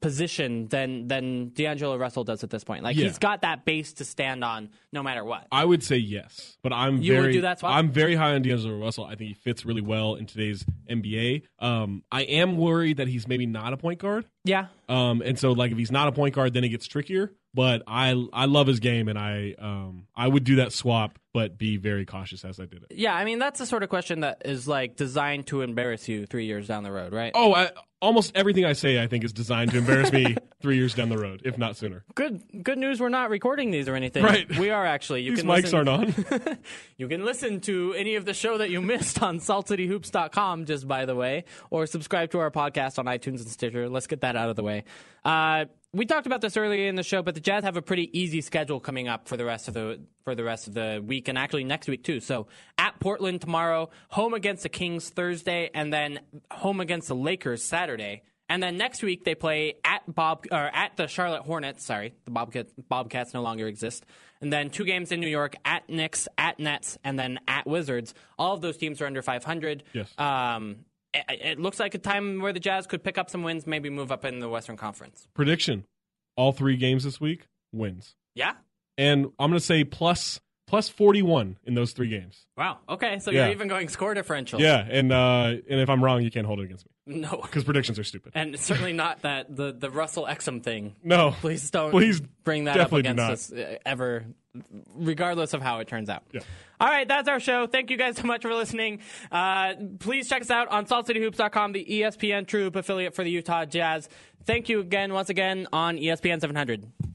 B: position than than D'Angelo Russell does at this point. Like,
C: Yeah.
B: he's got that base to stand on no matter what.
C: I would say yes, but I'm
B: You would
C: very
B: do that swap?
C: I'm very high on D'Angelo Russell. I think he fits really well in today's NBA. Um, I am worried that he's maybe not a point guard.
B: Yeah.
C: Um, and so like if he's not a point guard, then it gets trickier. But I I love his game, and I um I would do that swap but be very cautious as I did it.
B: Yeah, I mean that's the sort of question that is like designed to embarrass you three years down the road, right?
C: Oh, I, almost everything I say, I think, is designed to embarrass me three years down the road, if not sooner.
B: Good, good news. We're not recording these or anything.
C: Right.
B: We are actually. You
C: These
B: can
C: mics
B: listen,
C: aren't on.
B: You can listen to any of the show that you missed on saltcityhoops.com, just by the way, or subscribe to our podcast on iTunes and Stitcher. Let's get that out of the way. Uh, we talked about this earlier in the show, but the Jazz have a pretty easy schedule coming up for the rest of the for the rest of the week and actually next week too. So at Portland tomorrow, home against the Kings Thursday, and then home against the Lakers Saturday. And then next week they play at Bob or at the Charlotte Hornets. Sorry, the Bobcat, Bobcats no longer exist. And then two games in New York at Knicks, at Nets, and then at Wizards. All of those teams are under 500.
C: Yes.
B: Um, it, it looks like a time where the Jazz could pick up some wins, maybe move up in the Western Conference.
C: Prediction: All three games this week wins,
B: Yeah.
C: and I'm going to say plus plus 41 in those three games.
B: Wow. Okay. So
C: Yeah.
B: you're even going score differential.
C: Yeah, and uh, and if I'm wrong, you can't hold it against me
B: No.
C: because predictions are stupid.
B: And it's certainly not that the the Russell Exum thing.
C: No,
B: Please don't
C: Please
B: bring that up
C: definitely do
B: against
C: not.
B: us uh, ever, regardless of how it turns out.
C: Yeah.
B: All right, that's our show. Thank you guys so much for listening. Uh, please check us out on saltcityhoops.com, the E E ESPN True Hoop affiliate for the Utah Jazz. Thank you again, once again, on ESPN 700.